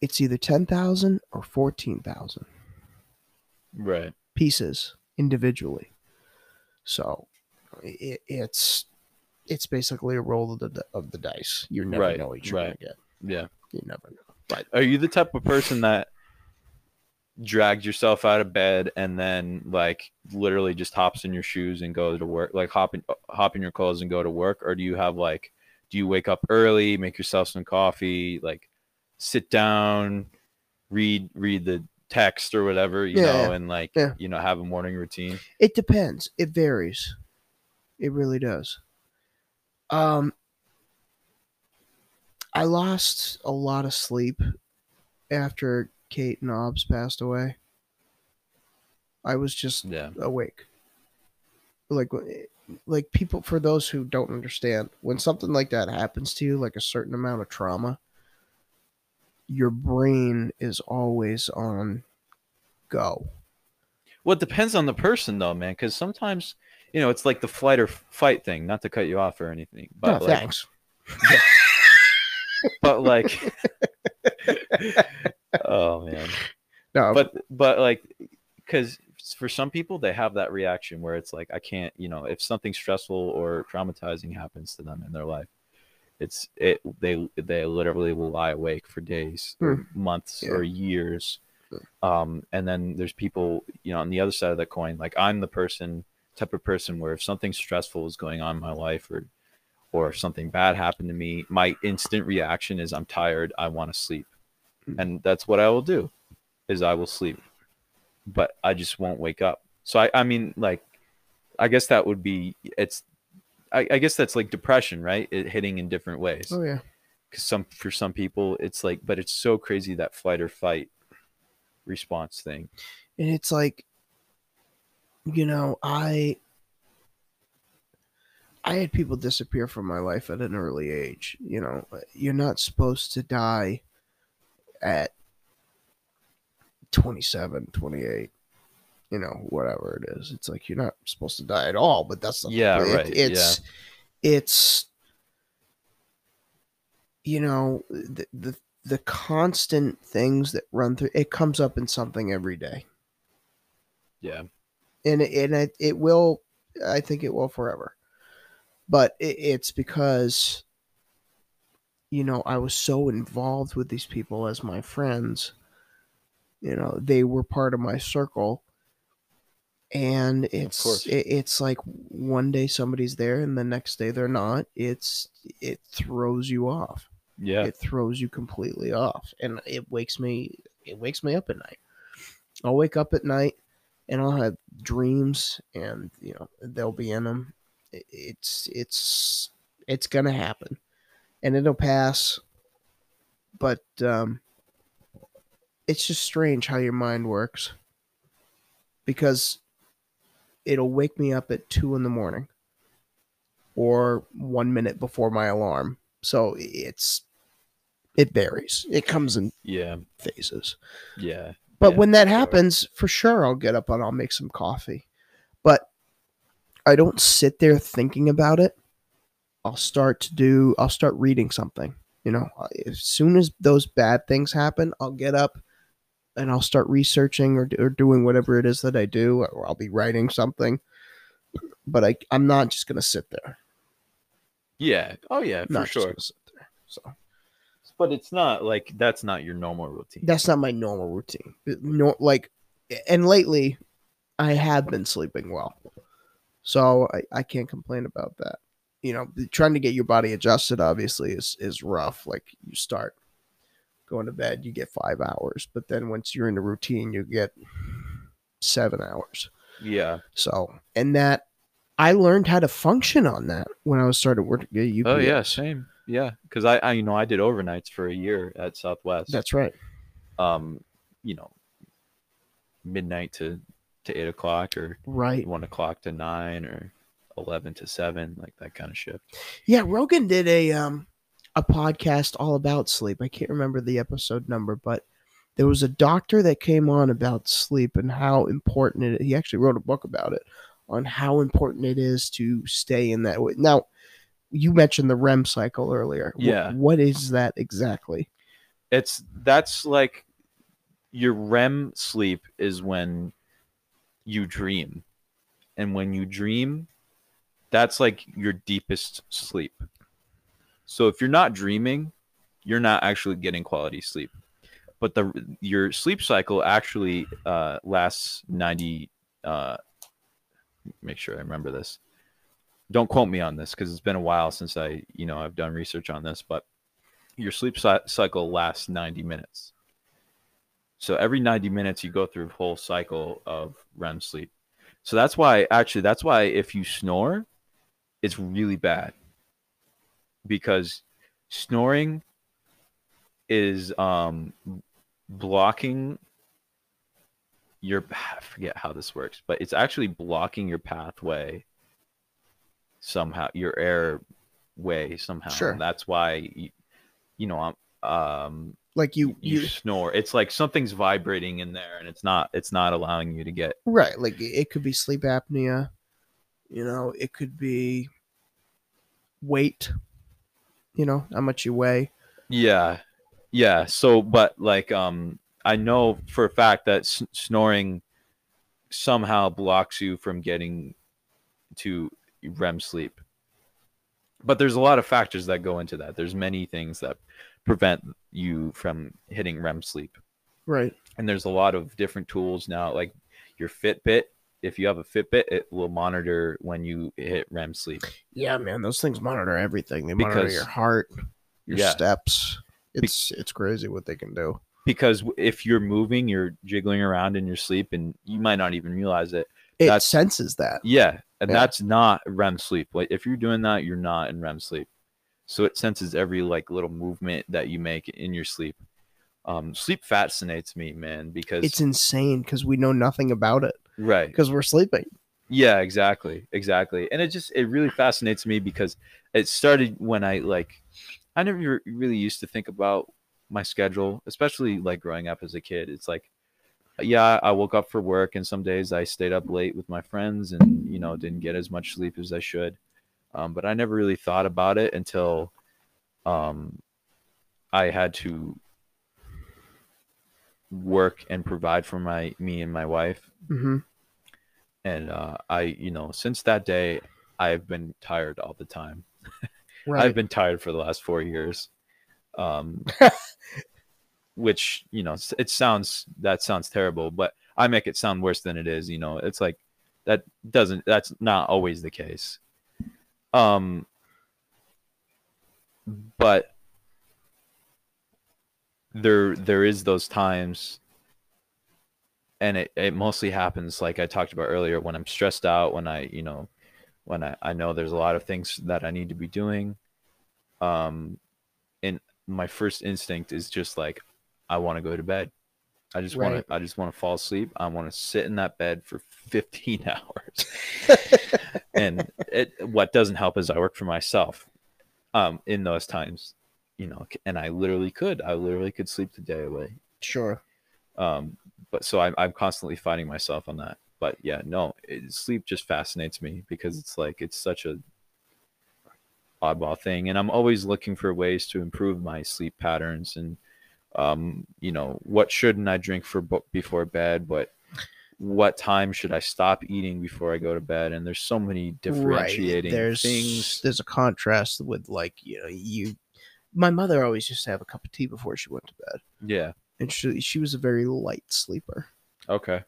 S1: it's either ten thousand or fourteen thousand
S4: Right.
S1: pieces individually. So it, it's it's basically a roll of the di- of the dice. You never
S4: Right,
S1: know what you're
S4: right.
S1: gonna get.
S4: Yeah.
S1: You never know.
S4: Are you the type of person that drags yourself out of bed and then like literally just hops in your shoes and goes to work, like hop in, hop in your clothes and go to work, or do you have like, do you wake up early, make yourself some coffee, like sit down, read read the text or whatever, you
S1: Yeah,
S4: know,
S1: yeah.
S4: and like
S1: Yeah.
S4: you know have a morning routine?
S1: It depends. It varies. It really does. Um, I lost a lot of sleep after Kate Knobs passed away. I was just
S4: Yeah,
S1: awake. Like, like people for those who don't understand, when something like that happens to you, like a certain amount of trauma, your brain is always on go.
S4: Well, it depends on the person, though, man. Because sometimes, you know, it's like the flight or f- fight thing. Not to cut you off or anything,
S1: No,
S4: but like,
S1: thanks.
S4: but like, [LAUGHS] oh man.
S1: No,
S4: but but like because for some people they have that reaction where it's like i can't you know if something stressful or traumatizing happens to them in their life it's it they they literally will lie awake for days or months
S1: Yeah.
S4: or years um and then there's people you know on the other side of the coin like i'm the person type of person where if something stressful is going on in my life or or if something bad happened to me my instant reaction is i'm tired i want to sleep
S1: Hmm.
S4: and that's what i will do is i will sleep but i just won't wake up so i i mean like i guess that would be it's i, I guess that's like depression right it hitting in different ways
S1: oh yeah,
S4: because some for some people it's like but it's so crazy that flight or fight response thing
S1: and it's like, you know, I, I had people disappear from my life at an early age. You know, you're not supposed to die at 27, 28. You know, whatever it is, it's like you're not supposed to die at all. But that's not the
S4: Yeah,
S1: point. It-
S4: right,
S1: It's, it's, you know, the, the the constant things that run through it comes up in something every day
S4: yeah
S1: and it- and it, it will i think it will forever but it, it's because you know i was so involved with these people as my friends you know they were part of my circle and
S4: course.
S1: it's it, it's like one day somebody's there and the next day they're not it's it throws you off
S4: yeah
S1: it throws you completely off and it wakes me it wakes me up at night i'll wake up at night and i'll have dreams and you know they'll be in them it's it's it's gonna happen and it'll pass but um it's just strange how your mind works because it'll wake me up at two in the morning or one minute before my alarm so it's it varies. It comes in
S4: yeah
S1: phases.
S4: yeah
S1: But
S4: Yeah,
S1: when that
S4: sure.
S1: happens, for sure I'll get up and I'll make some coffee. But I don't sit there thinking about it. I'll start to do I'll start reading something. You know, as soon as those bad things happen, I'll get up and I'll start researching or, or doing whatever it is that I do, or I'll be writing something. But I, I'm not just going to sit there.
S4: yeah oh yeah for
S1: Not just
S4: sure
S1: gonna sit there. So
S4: but it's not like that's not your normal routine
S1: that's not my normal routine. No, like, and lately, I have been sleeping well, so I, I can't complain about that. You know, trying to get your body adjusted obviously is is rough. Like you start going to bed, you get five hours, but then once you're in a routine, you get seven hours.
S4: yeah
S1: So, and that I learned how to function on that when I was started working at UPS.
S4: oh yeah same yeah because I, I you know i did overnights for a year at southwest
S1: that's right.
S4: um, you know, midnight to to eight o'clock or
S1: Right.
S4: one o'clock to nine or eleven to seven, like that kind of shift.
S1: Yeah, Rogan did a um a podcast all about sleep. I can't remember the episode number, but there was a doctor that came on about sleep and how important it. He actually wrote a book about it on how important it is to stay in that way. Now, you mentioned the REM cycle earlier. Wh-
S4: Yeah.
S1: what is that exactly?
S4: It's that's like your REM sleep is when you dream, and when you dream, that's like your deepest sleep. So if you're not dreaming, you're not actually getting quality sleep. But the your sleep cycle actually uh, lasts ninety. Uh, make sure I remember this. Don't quote me on this because it's been a while since I you know I've done research on this, but your sleep cy- cycle lasts ninety minutes. So every ninety minutes you go through a whole cycle of REM sleep. So that's why actually that's why if you snore, it's really bad because snoring is um blocking your I forget how this works, but it's actually blocking your pathway somehow, your airway somehow.
S1: Sure.
S4: That's why you, you know um, um
S1: Like you,
S4: you
S1: you
S4: snore. It's like something's vibrating in there, and it's not it's not allowing you to get
S1: right. Like it it could be sleep apnea. You know, it could be weight. You know how much you weigh.
S4: Yeah, yeah. So, but like, um, I know for a fact that s- snoring somehow blocks you from getting to REM sleep. But there's a lot of factors that go into that. There's many things that prevent you from hitting REM sleep,
S1: Right.
S4: and there's a lot of different tools now, like your Fitbit. If you have a Fitbit, it will monitor when you hit REM sleep.
S1: Yeah, man. Those things monitor everything. They monitor
S4: Because-
S1: your heart, your
S4: Yeah.
S1: steps. It's it's crazy what they can do.
S4: Because if you're moving, you're jiggling around in your sleep, and you might not even realize it.
S1: It
S4: That's-
S1: senses that.
S4: Yeah, and
S1: Yeah.
S4: that's not REM sleep. Like if you're doing that, you're not in REM sleep. So it senses every like little movement that you make in your sleep. Um, sleep fascinates me, man, because
S1: It's insane because we know nothing about it
S4: right.
S1: because we're sleeping.
S4: Yeah, exactly, exactly. And it just it really fascinates me because it started when I like I never re- really used to think about my schedule, especially like growing up as a kid. It's like yeah, I woke up for work and some days I stayed up late with my friends and you know didn't get as much sleep as I should. Um, but I never really thought about it until um, I had to work and provide for my me and my wife
S1: Mm-hmm.
S4: and uh, I, you know, since that day, I've been tired all the time.
S1: Right.
S4: I've been tired for the last four years, um, which you know, s- it sounds that sounds terrible, but I make it sound worse than it is. You know, it's like that doesn't that's not always the case. Um, but there there is those times and it, it mostly happens like i talked about earlier when i'm stressed out when i you know when I, I know there's a lot of things that i need to be doing um and my first instinct is just like i want to go to bed i just want
S1: Right.
S4: to i just want to fall asleep i want to sit in that bed for 15 [LAUGHS] hours and it what doesn't help is i work for myself um in those times you know and i literally could i literally could sleep the day away
S1: sure.
S4: um but so I'm, I'm constantly fighting myself on that but yeah no it, sleep just fascinates me because it's like it's such a oddball thing and i'm always looking for ways to improve my sleep patterns and um you know what shouldn't i drink for bo- before bed what what time should i stop eating before i go to bed and there's so many differentiating
S1: right. there's
S4: things
S1: there's a contrast with like you know you my mother always used to have a cup of tea before she went to bed
S4: yeah
S1: and she she was a very light sleeper
S4: okay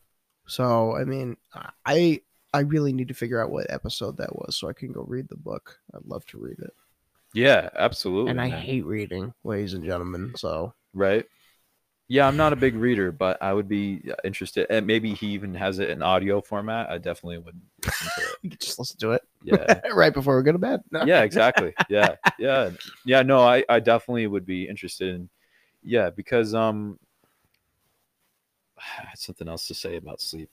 S1: so i mean i i really need to figure out what episode that was so i can go read the book i'd love to read it
S4: yeah absolutely
S1: and i
S4: man.
S1: hate reading ladies and gentlemen so [LAUGHS]
S4: right? Yeah, I'm not a big reader, but I would be interested. And maybe he even has it in audio format. I definitely would listen to it.
S1: you can just listen to it [LAUGHS]
S4: Yeah.
S1: right before we go to bed [LAUGHS] No.
S4: Yeah, exactly. Yeah. Yeah. Yeah. No, I, I definitely would be interested in yeah, because um [SIGHS] I had something else to say about sleep.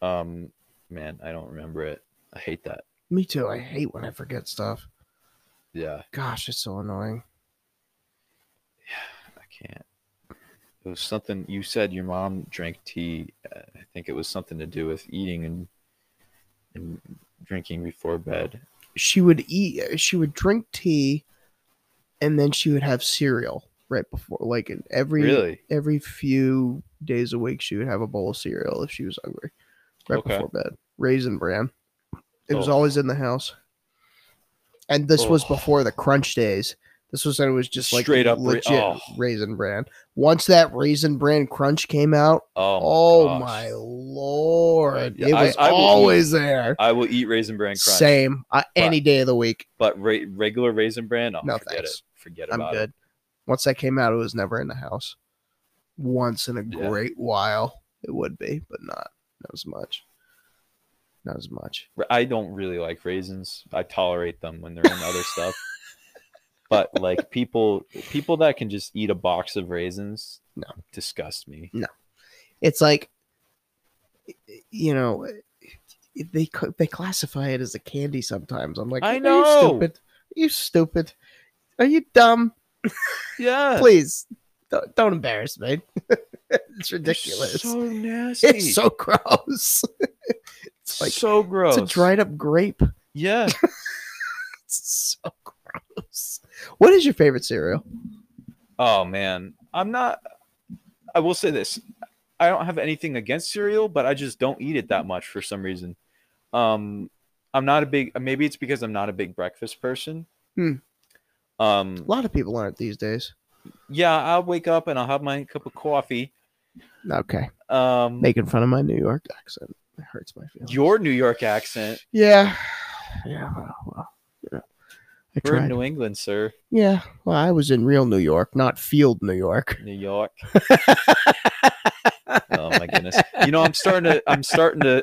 S4: Um man, I don't remember it. I hate that.
S1: me too i hate when i forget stuff
S4: Yeah,
S1: gosh it's so annoying
S4: I can't. It was something you said your mom drank tea. uh, I think it was something to do with eating and and drinking before bed.
S1: she would eat she would drink tea and then she would have cereal right before like in every
S4: Really?
S1: every few days a week she would have a bowl of cereal if she was hungry right
S4: Okay.
S1: before bed raisin bran it was
S4: Oh.
S1: always in the house and this was
S4: Oh.
S1: before the crunch days this was when it was just like
S4: Straight up ra-
S1: legit
S4: oh.
S1: raisin bran once that raisin bran crunch came out
S4: Oh,
S1: oh,
S4: gosh.
S1: my lord
S4: Yeah,
S1: it
S4: I-
S1: was
S4: I will eat
S1: always there
S4: I will eat raisin bran crunch,
S1: same uh, any day of the week
S4: but ra- regular raisin bran. Oh,
S1: No,
S4: forget
S1: thanks.
S4: it. Forget
S1: I'm
S4: about
S1: good.
S4: it.
S1: Once that came out, it was never in the house. Once in a
S4: Yeah.
S1: great while, it would be, but not not as much. Not as much.
S4: Ra- I don't really like raisins. I tolerate them when they're in
S1: [LAUGHS]
S4: other stuff. But like people, people that can just eat a box of raisins,
S1: No.
S4: disgust me.
S1: It's like, you know, they co- they classify it as a candy sometimes. I'm like,
S4: I
S1: "Are you
S4: know."
S1: stupid? Are you stupid? Are you dumb?
S4: Yeah.
S1: Please, don't, don't embarrass me. [LAUGHS] it's ridiculous.
S4: It's so nasty.
S1: It's so [LAUGHS] gross.
S4: It's
S1: like-
S4: so gross.
S1: It's a dried up grape. [LAUGHS]
S4: Yeah.
S1: It's so gross. What is your favorite cereal?
S4: Oh man, I'm not. I will say this: I don't have anything against cereal, but I just don't eat it that much for some reason. Um, I'm not a big. Maybe it's because I'm not a big breakfast person.
S1: Hmm.
S4: Um,
S1: A lot of people aren't these days.
S4: yeah, I'll wake up and I'll have my cup of coffee.
S1: Okay.
S4: Um,
S1: Making fun of my New York accent. It hurts my feelings.
S4: your New York accent.
S1: Yeah. Yeah. Well, well, yeah. I
S4: We're in
S1: tried.
S4: New England, sir.
S1: yeah. Well, I was in real New York, not field New York.
S4: New
S1: [LAUGHS]
S4: York. oh my goodness! You know, I'm starting to. I'm starting to.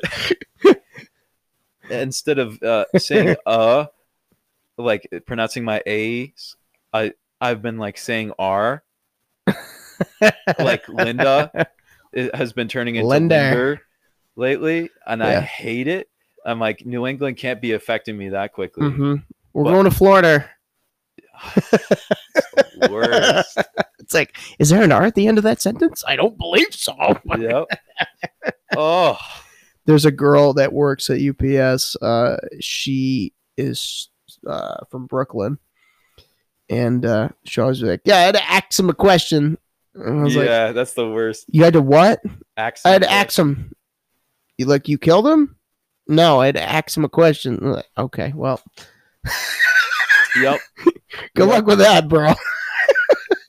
S4: instead of uh,
S1: [LAUGHS]
S4: saying uh, like pronouncing my a's, I I've been like saying r.
S1: [LAUGHS]
S4: like Linda, it has been turning into
S1: Linda.
S4: Linder lately, and I
S1: Yeah.
S4: hate it. I'm like New England can't be affecting me that quickly.
S1: [LAUGHS] Mhm. We're
S4: What?
S1: going to Florida.
S4: Worst.
S1: It's like, is there an R at the end of that sentence? I don't believe so. [LAUGHS]
S4: yep. Oh,
S1: there's a girl that works at UPS. Uh, she is uh, from Brooklyn, and uh, she always be like, "Yeah, I had to ask him a question." And I was like,
S4: yeah, that's the worst
S1: "You had to what? I
S4: accent.
S1: had to
S4: there.
S1: ask him. You like you killed him? No, I had to ask him a question." I'm like, okay, well,
S4: Yep.
S1: good
S4: Yeah.
S1: luck with that, bro.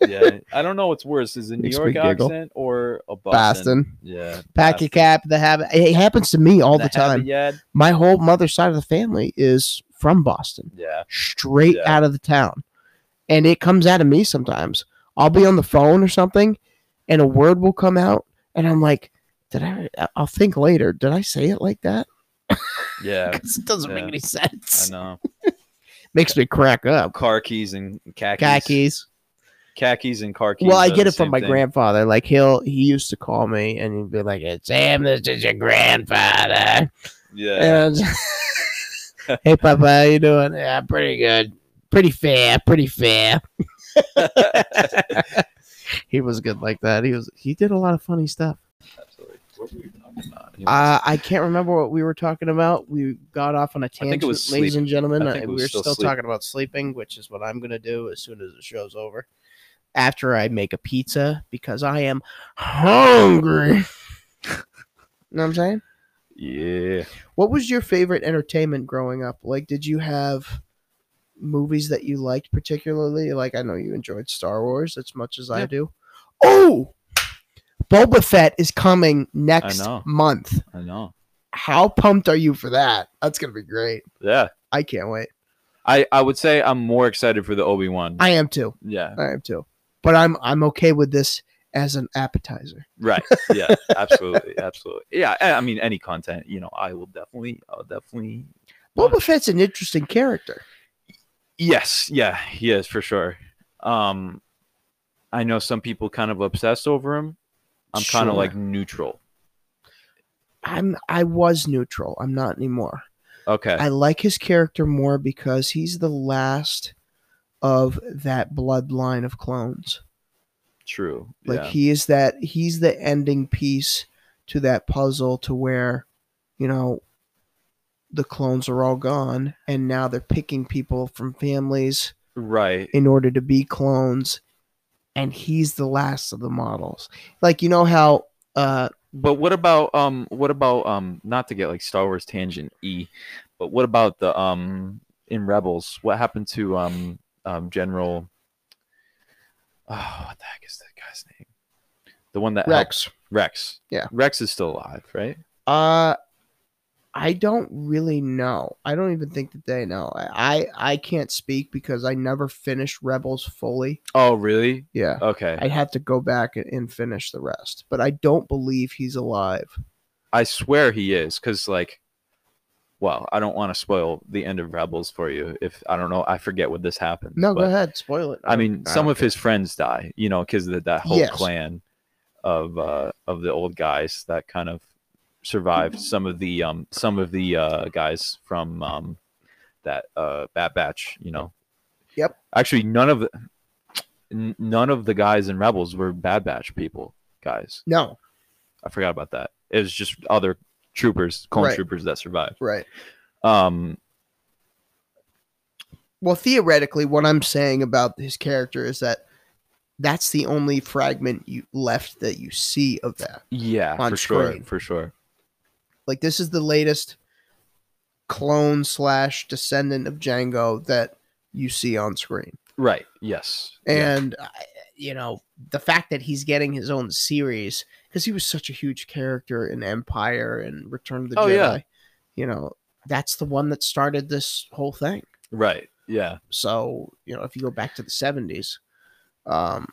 S4: yeah, I don't know what's worse is a New
S1: Makes
S4: York
S1: me giggle.
S4: accent or a Boston.
S1: Boston,
S4: Yeah,
S1: pack your cap. The habit. It happens to me all the, time.
S4: Yeah,
S1: My whole mother's side of the family is from Boston.
S4: yeah,
S1: straight
S4: Yeah.
S1: out of the town. And it comes out of me sometimes. I'll be on the phone or something and a word will come out and I'm like, did I I'll think later. Did I say it like [LAUGHS] that?
S4: yeah.
S1: 'Cause it doesn't make
S4: Yeah.
S1: any
S4: I
S1: sense.
S4: know.
S1: Makes me crack up.
S4: Car keys and khakis.
S1: Khakis.
S4: Khakis and car keys.
S1: Well, I
S4: are
S1: get
S4: the
S1: it from
S4: same
S1: my
S4: thing.
S1: grandfather. Like he'll he used to call me and he'd be like, "It's Sam, this is your grandfather."
S4: Yeah.
S1: And [LAUGHS] hey, Papa, how you doing? Yeah, pretty good. Pretty fair. Pretty fair.
S4: [LAUGHS]
S1: he was good like that. He was he did a lot of funny stuff.
S4: Absolutely. What were we talking about?
S1: Uh, I can't remember what we were talking about. We got off on a tangent,
S4: think it was
S1: ladies
S4: sleep.
S1: and gentlemen.
S4: I think
S1: Uh,
S4: it
S1: we
S4: was
S1: were
S4: still
S1: still,
S4: sleep.
S1: talking about sleeping, which is what I'm gonna do as soon as the show's over. After I make a pizza because I am hungry. [LAUGHS] know what I'm saying?
S4: yeah.
S1: What was your favorite entertainment growing up? Like, did you have movies that you liked particularly? Like, I know you enjoyed Star Wars as much as I
S4: Yeah.
S1: do. Oh, Boba Fett is coming next
S4: know.
S1: month.
S4: I know.
S1: How pumped are you for that? That's gonna be great.
S4: Yeah.
S1: I can't wait.
S4: I, I would say I'm more excited for the Obi Wan.
S1: I am too.
S4: Yeah.
S1: I am too. But I'm I'm okay with this as an appetizer.
S4: Right.
S1: [LAUGHS]
S4: Yeah. absolutely. Absolutely. Yeah. I, I mean, any content, you know, I will definitely, I'll definitely.
S1: Boba Fett's an interesting character.
S4: Yes, yeah, he is for sure. Um, I know some people kind of obsessed over him. I'm kind of
S1: Sure.
S4: like neutral.
S1: I'm I was neutral. I'm not anymore.
S4: Okay,
S1: I like his character more because he's the last of that bloodline of clones.
S4: true.
S1: Like
S4: yeah,
S1: he is that he's the ending piece to that puzzle to where, you know, the clones are all gone and now they're picking people from families
S4: right.
S1: in order to be clones and he's the last of the models. Like you know how uh
S4: But what about um? What about um? Not to get like Star Wars tangent e, but what about the um in Rebels? What happened to um um General? [SIGHS] Oh, what the heck is that guy's name? The one that helped-
S1: Rex
S4: Rex.
S1: Yeah.
S4: Rex is still alive, right?
S1: Uh, I don't really know. I don't even think that they know. I I, I can't speak because I never finished Rebels fully.
S4: Oh, really?
S1: Yeah.
S4: Okay.
S1: I'd have to go back and, and finish the rest, but I don't believe he's alive.
S4: I swear he is, because like, well, I don't want to spoil the end of Rebels for you. If I don't know, I forget what this happened.
S1: No,
S4: but,
S1: go ahead, spoil it.
S4: I mean,
S1: don't- I
S4: some
S1: don't
S4: of his friends die, you know, because of that whole
S1: Yes.
S4: clan of uh, of the old guys that kind of
S1: [LAUGHS]
S4: survived. Some of the um, some of the uh, guys from um, that uh, Bat Batch, you know.
S1: Yep.
S4: Actually, none of. n- none of the guys in Rebels were Bad Batch people, guys.
S1: No,
S4: I forgot about that. It was just other troopers, clone
S1: Right.
S4: troopers that survived.
S1: right.
S4: Um,
S1: Well, theoretically, what I'm saying about his character is that that's the only fragment you left that you see of that.
S4: yeah,
S1: On
S4: for
S1: screen.
S4: sure, for sure.
S1: Like this is the latest clone slash descendant of Django that you see on screen,
S4: Right. Yes. Yeah.
S1: and I, you know the fact that he's getting his own series because he was such a huge character in Empire and Return of the
S4: Oh,
S1: Jedi.
S4: yeah.
S1: You know that's the one that started this whole thing.
S4: Right. Yeah.
S1: So you know, if you go back to the seventies, um,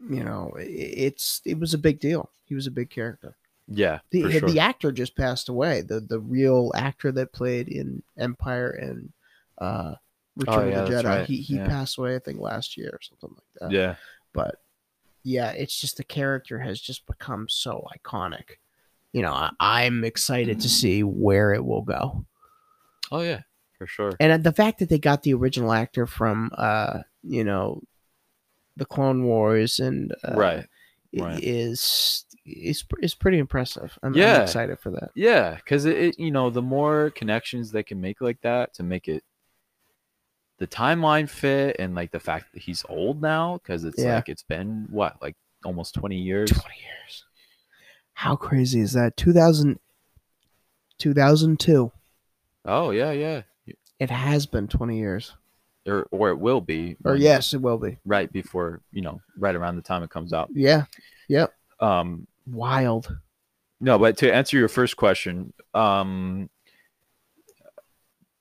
S1: you know, i- it's it was a big deal. He was a big character.
S4: Yeah.
S1: The
S4: for sure.
S1: the actor just passed away. The the real actor that played in Empire and uh, Return
S4: Oh, yeah,
S1: of the Jedi.
S4: that's right.
S1: He he
S4: Yeah.
S1: passed away, I think, last year or something like that.
S4: yeah.
S1: But yeah, it's just the character has just become so iconic. You know, I, I'm excited to see where it will go.
S4: Oh yeah. For sure.
S1: and uh, the fact that they got the original actor from uh you know the clone wars and uh,
S4: right.
S1: i-
S4: right.
S1: is is is pretty impressive i'm, I'm
S4: Yeah.
S1: excited for that
S4: Yeah, because it, it, you know, the more connections they can make like that to make it the timeline fit and like the fact that he's old now, because it's
S1: Yeah.
S4: like it's been what, like almost 20 years?
S1: 20 years how crazy is that 2000 2002
S4: Oh, yeah, yeah.
S1: it has been 20 years
S4: Or, or it will be.
S1: or
S4: when-
S1: yes it will be
S4: Right before, you know, right around the time it comes out.
S1: yeah
S4: Um,
S1: wild
S4: no, but to answer your first question, um,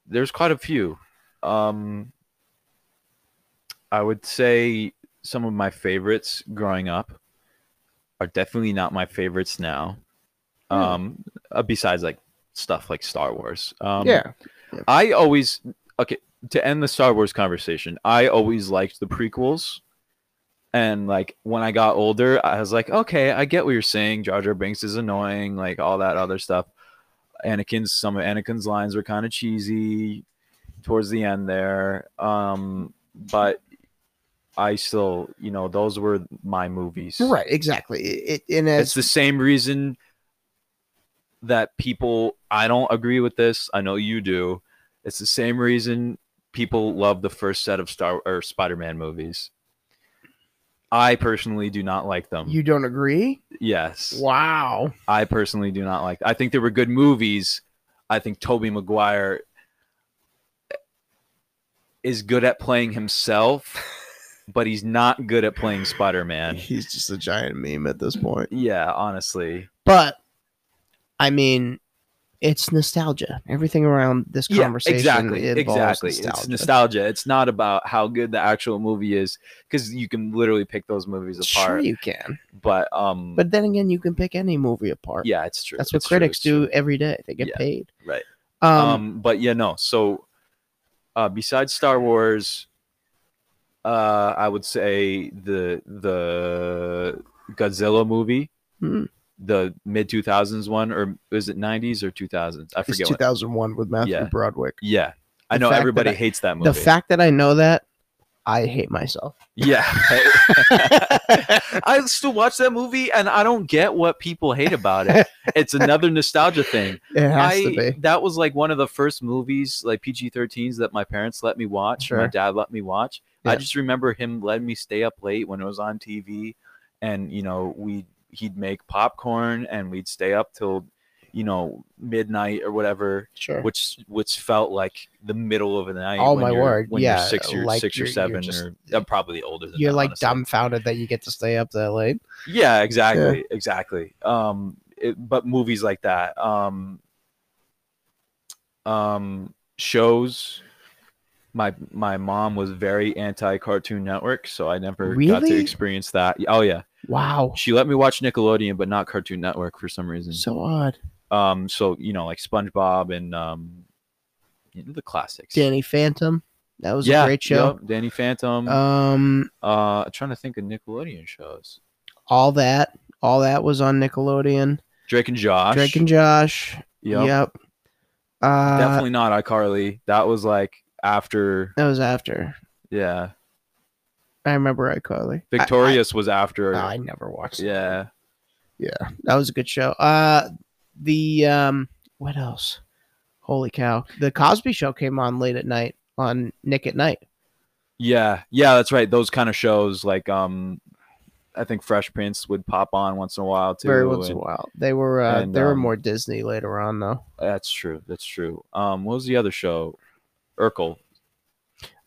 S4: there's quite a few. Um, I would say some of my favorites growing up are definitely not my favorites now. Um, uh, besides like stuff like Star Wars. Um,
S1: yeah
S4: I always okay to end the Star Wars conversation. I always liked the prequels, and like when I got older, I was like, okay, I get what you're saying. Jar Jar Binks is annoying, like all that other stuff. Anakin's some of Anakin's lines were kind of cheesy towards the end there, um, but I still, you know, those were my movies.
S1: right exactly it, it and
S4: It's
S1: as
S4: the same reason that people I don't agree with this. I know you do. It's the same reason people love the first set of Star or Spider-Man movies. I personally do not like them.
S1: you don't agree
S4: yes.
S1: wow
S4: I personally do not like. I think they were good movies. I think Toby Maguire is good at playing himself, but he's not good at
S1: [LAUGHS]
S4: playing Spider-Man.
S1: he's just a giant meme at this point
S4: Yeah, honestly.
S1: But I mean, it's nostalgia. Everything around this conversation
S4: exactly
S1: involves
S4: exactly it's
S1: nostalgia.
S4: nostalgia it's not about how good the actual movie is because you can literally pick those movies
S1: Sure,
S4: apart
S1: you can.
S4: but um
S1: But then again, you can pick any movie apart.
S4: yeah it's true
S1: that's what
S4: it's true,
S1: critics
S4: it's true.
S1: do every day. They get
S4: Yeah,
S1: paid.
S4: right.
S1: Um,
S4: um, but yeah no so uh besides star wars uh i would say the the godzilla movie
S1: Hmm.
S4: the mid 2000s one or is it 90s or 2000s i
S1: it's
S4: forget what.
S1: 2001 with Matthew
S4: Yeah.
S1: Broadwick.
S4: yeah i
S1: The
S4: know
S1: fact that
S4: everybody
S1: I-
S4: hates that movie
S1: The fact that I know that, I hate
S4: [LAUGHS]
S1: myself.
S4: Yeah. I still watch that movie and I don't get what people hate about
S1: [LAUGHS]
S4: it. It's another nostalgia thing.
S1: It has
S4: I
S1: to be.
S4: that was like one of the first movies like PG-13s that my parents let me watch, my
S1: Sure.
S4: dad let me watch. I
S1: Yeah.
S4: just remember him letting me stay up late when it was on TV and you know, we he'd make popcorn and we'd stay up till you know midnight or whatever
S1: Sure.
S4: which which felt like the middle of the night.
S1: Oh,
S4: when
S1: my
S4: you're-
S1: word,
S4: When
S1: yeah,
S4: you're six or
S1: like
S4: six
S1: you're-
S4: or
S1: you're
S4: 7
S1: just-
S4: or I'm probably older than
S1: You're
S4: that,
S1: like
S4: honestly.
S1: dumbfounded that you get to stay up that late.
S4: Yeah, exactly, exactly. Um, it, but movies like that, um, um, shows. My my mom was very anti Cartoon Network, so I never got to
S1: Really?
S4: experience that. Oh yeah,
S1: Wow.
S4: she let me watch Nickelodeon, but not Cartoon Network for some reason.
S1: So odd.
S4: um, so you know, like SpongeBob and um, you know, the classics.
S1: Danny Phantom. That was a great show.
S4: yep, Danny Phantom.
S1: Um,
S4: uh, I'm trying to think of Nickelodeon shows.
S1: all that, all that was on Nickelodeon.
S4: Drake and Josh.
S1: Drake and Josh.
S4: Yep.
S1: Yep. Uh,
S4: Definitely not iCarly. That was like after.
S1: That was after.
S4: Yeah.
S1: I remember iCarly. I-
S4: Victorious was
S1: I,
S4: after.
S1: Oh, I never watched. it.
S4: yeah.
S1: that was a good show. Uh, the um, what else? Holy cow! The Cosby Show came on late at night on Nick at Night.
S4: Yeah. Yeah, that's right. Those kind of shows like um I think Fresh Prince would pop on once in a while too.
S1: Very once in a
S4: and-
S1: while. They were uh,
S4: and,
S1: they were
S4: um,
S1: more Disney later on though.
S4: That's true. That's true. Um what was the other show? Urkel.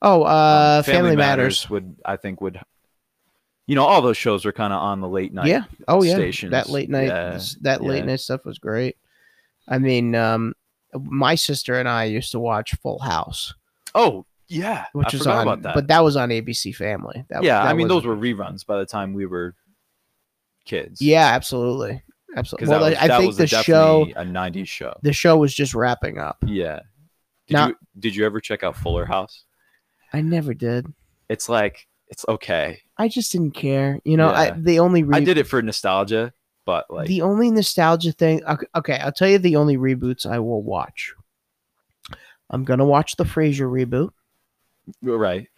S1: Oh, uh,
S4: um,
S1: Family, Matters.
S4: would I think would you know all those shows were kind of on the late night.
S1: Yeah. Oh yeah. That
S4: stations.
S1: late night
S4: Yeah,
S1: that late
S4: yeah.
S1: night stuff was great. I mean, um, my sister and I used to watch Full House,
S4: Oh yeah.
S1: which
S4: I
S1: is
S4: forgot
S1: on,
S4: about that.
S1: but that was on ABC Family. That,
S4: yeah,
S1: that
S4: I mean
S1: wasn't-
S4: those were reruns by the time we were kids.
S1: Yeah, absolutely, absolutely.
S4: because
S1: Well,
S4: that was,
S1: I
S4: that
S1: think
S4: was
S1: the show
S4: definitely a '90s show.
S1: the show was just wrapping up.
S4: Yeah. Did
S1: Now-
S4: you did you ever check out Fuller House?
S1: I never did.
S4: It's like it's okay.
S1: I just didn't care. You know, I
S4: Yeah.
S1: the only re-
S4: I did it for nostalgia, but like
S1: the only nostalgia thing. Okay, okay, I'll tell you the only reboots I will watch. I'm gonna watch the Frasier reboot,
S4: right.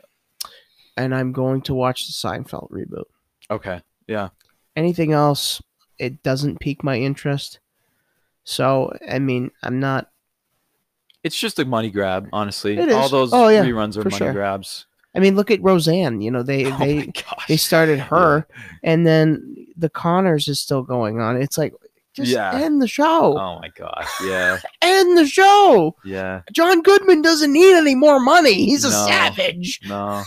S1: and I'm going to watch the Seinfeld reboot.
S4: Okay. Yeah.
S1: anything else it doesn't pique my interest so i mean i'm not
S4: It's just a money grab, honestly.
S1: It
S4: All
S1: is.
S4: those
S1: Oh, yeah,
S4: reruns are
S1: for
S4: money
S1: sure.
S4: grabs. [LAUGHS]
S1: i mean look at roseanne you know they
S4: oh my
S1: they
S4: gosh.
S1: they started her and then the connors is still going on it's like just
S4: Yeah.
S1: end the show
S4: Oh my gosh. Yeah.
S1: end the show
S4: Yeah.
S1: john goodman doesn't need any more money he's a
S4: No.
S1: savage [LAUGHS]
S4: No.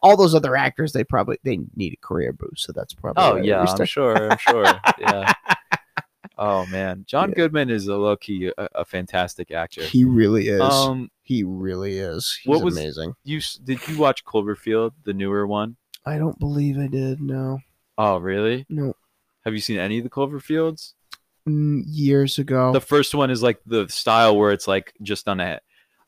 S1: all those other actors they probably they need a career boost so that's probably
S4: Oh
S1: why they
S4: yeah,
S1: were
S4: I'm
S1: stuck.
S4: sure. I'm sure.
S1: [LAUGHS]
S4: Yeah. Oh man, John
S1: Yeah.
S4: Goodman is a low key a, a fantastic actor.
S1: he really is
S4: Um,
S1: he really is he's
S4: what was-
S1: amazing
S4: you s- did you watch Cloverfield, the newer one?
S1: i don't believe i did no
S4: Oh really?
S1: no
S4: Have you seen any of the Cloverfields?
S1: mm, years ago
S4: the first one is like the style where it's like just on a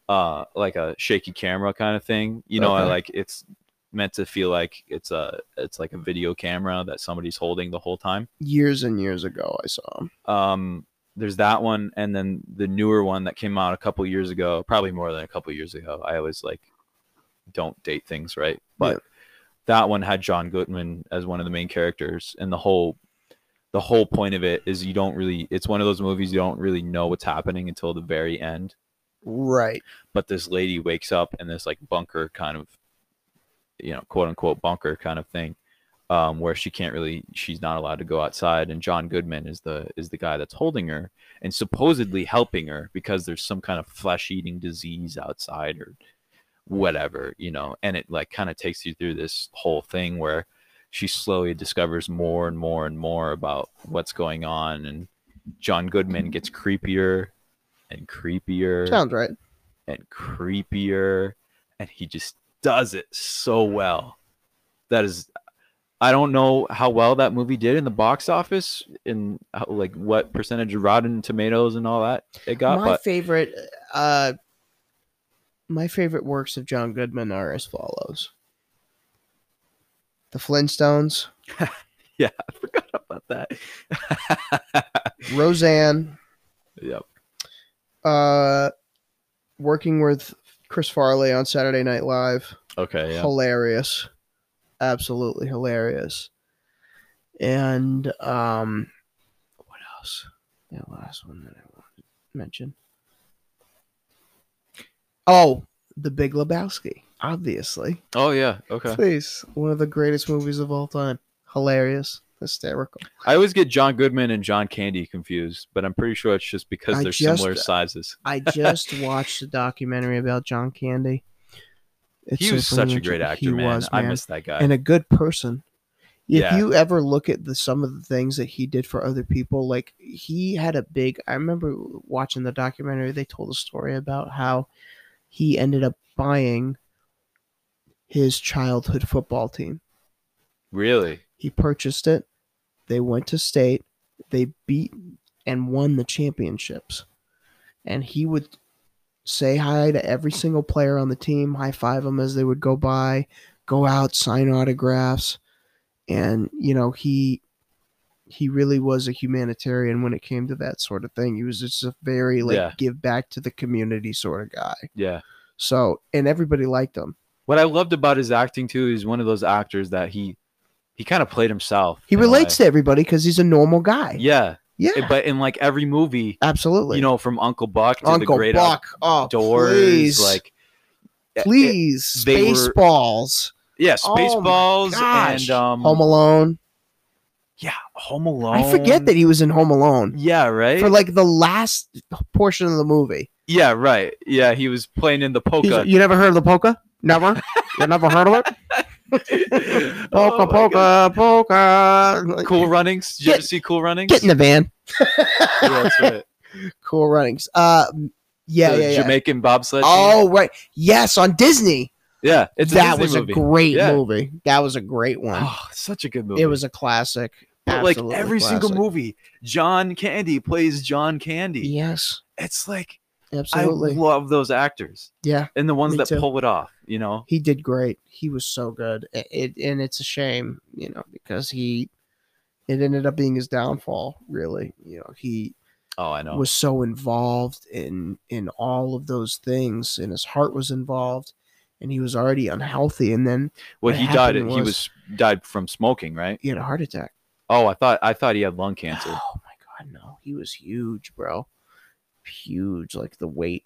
S4: uh like a shaky camera kind of thing you know
S1: Okay.
S4: like it's meant to feel like it's a it's like a video camera that somebody's holding the whole time
S1: years and years ago I saw him.
S4: um there's that one and then the newer one that came out a couple years ago probably more than a couple years ago i always like don't date things right but
S1: Yeah.
S4: that one had john goodman as one of the main characters and the whole the whole point of it is you don't really it's one of those movies you don't really know what's happening until the very end
S1: Right.
S4: but this lady wakes up in this like bunker kind of you know quote unquote bunker kind of thing um, where she can't really she's not allowed to go outside and john goodman is the is the guy that's holding her and supposedly helping her because there's some kind of flesh eating disease outside or whatever you know and it like kind of takes you through this whole thing where she slowly discovers more and more and more about what's going on and john goodman gets creepier and creepier
S1: Sounds right.
S4: and creepier and he just does it so well that is i don't know how well that movie did in the box office and how, like what percentage of rotten tomatoes and all that it got
S1: my
S4: but
S1: favorite uh my favorite works of John Goodman are as follows. The Flintstones,
S4: yeah i forgot [LAUGHS] about that
S1: Roseanne,
S4: yep
S1: uh working with Chris Farley on Saturday Night Live.
S4: okay yeah
S1: Hilarious. Absolutely hilarious. And um what else? That last one that I wanted to mention. Oh, The Big Lebowski, obviously.
S4: oh yeah okay
S1: Please, one of the greatest movies of all time. Hilarious, hysterical.
S4: i always get john goodman and john candy confused but i'm pretty sure it's just because
S1: I
S4: they're
S1: just- uh,
S4: similar sizes
S1: I just watched the documentary about John Candy. It's
S4: he
S1: so
S4: was
S1: funny that
S4: such a
S1: you-
S4: great actor
S1: he
S4: man.
S1: was,
S4: i miss that guy
S1: and a good person. If
S4: Yeah.
S1: you ever look at the some of the things that he did for other people, like he had a big I remember watching the documentary, they told a story about how he ended up buying his childhood football team.
S4: really
S1: He purchased it, they went to state, they beat and won the championships. And he would say hi to every single player on the team, high five them as they would go by, go out, sign autographs, and you know he he really was a humanitarian when it came to that sort of thing. He was just a very like
S4: Yeah.
S1: give back to the community sort of guy.
S4: yeah
S1: So and everybody liked him.
S4: What I loved about his acting too is one of those actors that he he kind of played himself.
S1: He
S4: in a way.
S1: relates to everybody because he's a normal guy.
S4: Yeah,
S1: Yeah,
S4: but in like every movie,
S1: absolutely.
S4: you know, from Uncle Buck to the
S1: Uncle
S4: Great
S1: Buck, oh,
S4: Outdoors,
S1: please,
S4: like it- it-
S1: please,
S4: they were-
S1: Spaceballs,
S4: yeah,
S1: Oh my
S4: Spaceballs
S1: gosh.
S4: and um,
S1: Home Alone.
S4: yeah, Home Alone.
S1: I forget that he was in Home Alone
S4: Yeah, right.
S1: for like the last portion of the movie.
S4: yeah, right. Yeah, he was playing in the
S1: He's-
S4: polka.
S1: You never heard of the polka? Never. you never heard of it? Polka,
S4: [LAUGHS] Oh my God.
S1: polka, polka. Like,
S4: Cool Runnings. Did you
S1: Get-
S4: ever see Cool Runnings?
S1: Get in the van.
S4: Yeah, that's right.
S1: Cool runnings. Uh, [LAUGHS] yeah,
S4: The
S1: yeah, yeah.
S4: Jamaican bobsled. team.
S1: Oh right, yes, on Disney.
S4: yeah, it's a
S1: that
S4: Disney
S1: was
S4: movie.
S1: a great
S4: Yeah.
S1: movie. That was a great one.
S4: Oh, such a good movie.
S1: it was a classic.
S4: But, like
S1: Absolutely
S4: every single
S1: classic.
S4: movie, John Candy plays John Candy.
S1: Yes,
S4: It's like
S1: absolutely.
S4: I love those actors
S1: yeah,
S4: and the ones
S1: Me
S4: that
S1: too.
S4: pull it off. You know,
S1: he did great. He was so good. I- It, and it's a shame, you know, because he it ended up being his downfall. Really, you know, he
S4: oh, I know.
S1: was so involved in in all of those things, and his heart was involved, and he was already unhealthy, and then
S4: well,
S1: what
S4: he died.
S1: happened
S4: He
S1: was-
S4: was died from smoking, right?
S1: he had a heart
S4: [SIGHS]
S1: attack.
S4: Oh, I thought I thought he had lung cancer.
S1: Oh my god, no. He was huge, bro. Huge, like the weight.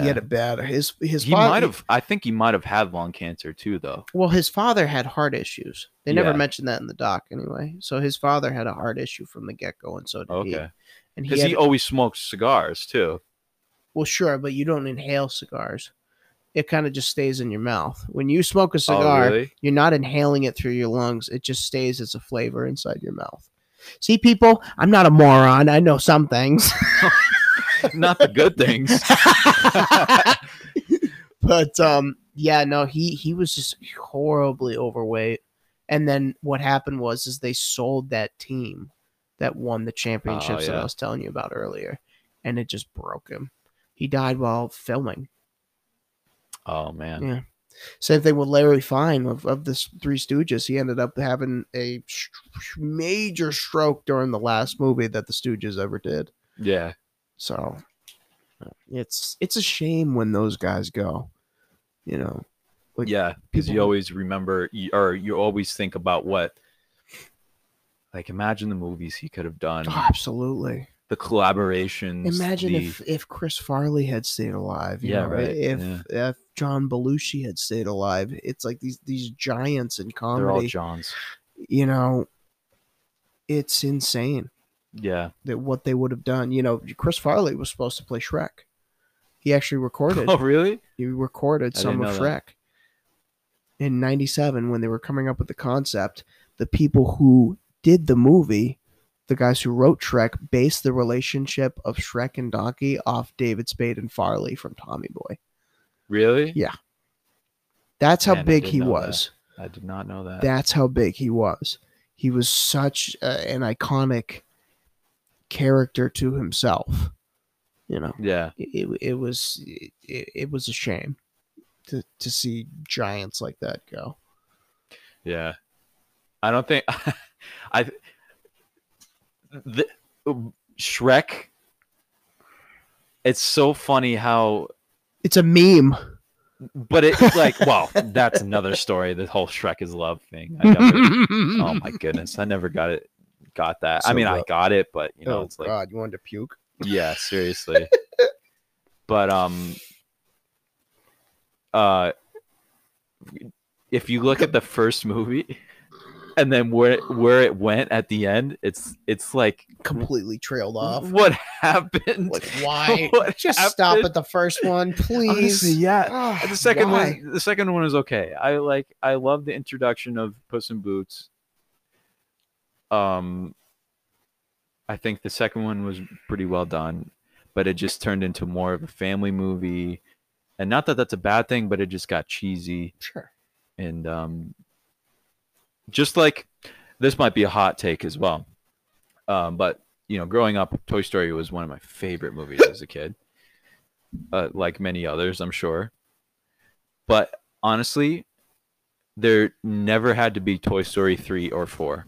S1: [SIGHS] He had a bad his his
S4: he
S1: father
S4: might have. I think he might have had lung cancer too, though.
S1: well, his father had heart issues. They never
S4: Yeah.
S1: mentioned that in the doc anyway. So his father had a heart issue from the get go and so did he.
S4: Okay,
S1: And he,
S4: because he,
S1: had-
S4: always smoked cigars too.
S1: well sure, but you don't inhale cigars. It kind of just stays in your mouth. When you smoke a cigar,
S4: Oh, really?
S1: You're not inhaling it through your lungs. It just stays as a flavor inside your mouth. See, people, I'm not a moron. I know some things.
S4: Not
S1: [LAUGHS]
S4: the good things.
S1: but um, yeah, no, he he was just horribly overweight. And then what happened was is they sold that team that won the championships that
S4: yeah.
S1: I was telling you about earlier, and it just broke him. He died while filming.
S4: Oh man.
S1: Yeah. Same thing with Larry Fine of, of the Three Stooges. He ended up having a sh- major stroke during the last movie that the Stooges ever did.
S4: Yeah.
S1: So it's it's a shame when those guys go. You know, Like,
S4: yeah. Because you
S1: people-
S4: always remember, you- or you always think about what. Like imagine the movies he could have done,
S1: Oh, absolutely.
S4: the collaborations.
S1: Imagine
S4: the-
S1: if if Chris Farley had stayed alive. you
S4: Yeah,
S1: know,
S4: right,
S1: If
S4: yeah.
S1: if John Belushi had stayed alive, it's like these these giants in
S4: they're all
S1: comedy.
S4: Johns.
S1: you know, it's insane.
S4: Yeah.
S1: that what they would have done. You know, Chris Farley was supposed to play Shrek. He actually [LAUGHS] recorded.
S4: Oh really?
S1: He recorded
S4: I
S1: some
S4: didn't
S1: of
S4: know
S1: Shrek. In '97, when they were coming up with the concept, the people who did the movie, the guys who wrote Shrek, based the relationship of Shrek and Donkey off David Spade and Farley from Tommy Boy.
S4: Really?
S1: Yeah. That's how
S4: Man, I
S1: big
S4: didn't
S1: he
S4: know
S1: was.
S4: I did not know that. Uh,
S1: That's how big he was. He was such uh, an iconic character to himself. You know,
S4: yeah.
S1: it, it- it was it, it was a shame to, to see giants like that go.
S4: Yeah. I don't think [LAUGHS] I the Shrek it's so funny how
S1: It's a meme.
S4: but it's like wow, that's another story the whole Shrek is love thing. I
S1: [LAUGHS]
S4: never, oh my goodness, I never got it got that. I
S1: So
S4: mean, I
S1: rough.
S4: got it, but you know,
S1: oh
S4: it's like
S1: God, you wanted to puke?
S4: [LAUGHS] yeah,
S1: [LAUGHS]
S4: seriously. but um uh if you look at the first movie [LAUGHS] and then where where it went at the end, it's it's like
S1: Completely trailed off.
S4: what happened? [LAUGHS]
S1: Like why?
S4: What
S1: Just stop
S4: happened?
S1: at the first one, please.
S4: [LAUGHS] Honestly, yeah.
S1: Ah, [SIGHS]
S4: The second
S1: why?
S4: one the second one is okay. I like I love the introduction of Puss in Boots. Um I think the second one was pretty well done, but it just turned into more of a family movie. And not that that's a bad thing, but it just got cheesy
S1: Sure.
S4: and um just like this might be a hot take as well. Um but you know, growing up, Toy Story was one of my favorite movies as a kid. Uh, like many others, I'm sure. But honestly, there never had to be Toy Story 3 or [LAUGHS] 4.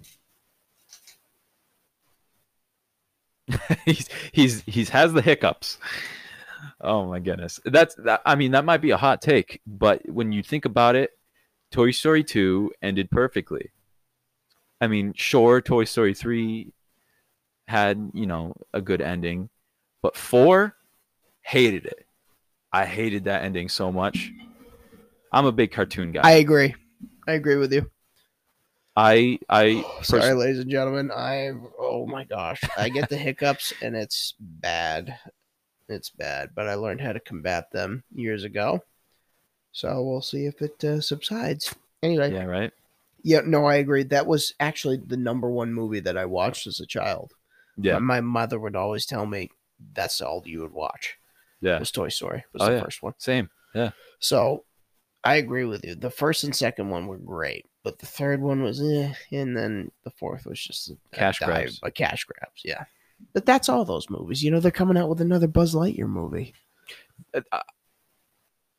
S4: he's he's he's has the hiccups. Oh my goodness. That's that, I mean that might be a hot take, but when you think about it, Toy Story 2 ended perfectly. I mean, sure Toy Story 3 had, you know, a good ending, but 4 hated it. I hated that ending so much. I'm a big cartoon guy.
S1: I agree. I agree with you.
S4: I I
S1: Sorry, ladies and gentlemen. I oh my gosh, I get the hiccups and it's bad. It's bad, but I learned how to combat them years ago. So we'll see if it uh, subsides. Anyway, yeah.
S4: yeah, right?
S1: no, I agree. That was actually the number one movie that I watched as a child.
S4: Yeah.
S1: my mother would always tell me that's all you would watch.
S4: Yeah.
S1: was Toy Story was
S4: Oh,
S1: the
S4: yeah.
S1: first one.
S4: Same.
S1: So I agree with you. The first and second one were great, but the third one was eh, and then the fourth was just a
S4: Cash
S1: dive-
S4: grabs.
S1: A cash grabs, yeah. But that's all those movies. You know, they're coming out with another Buzz Lightyear movie.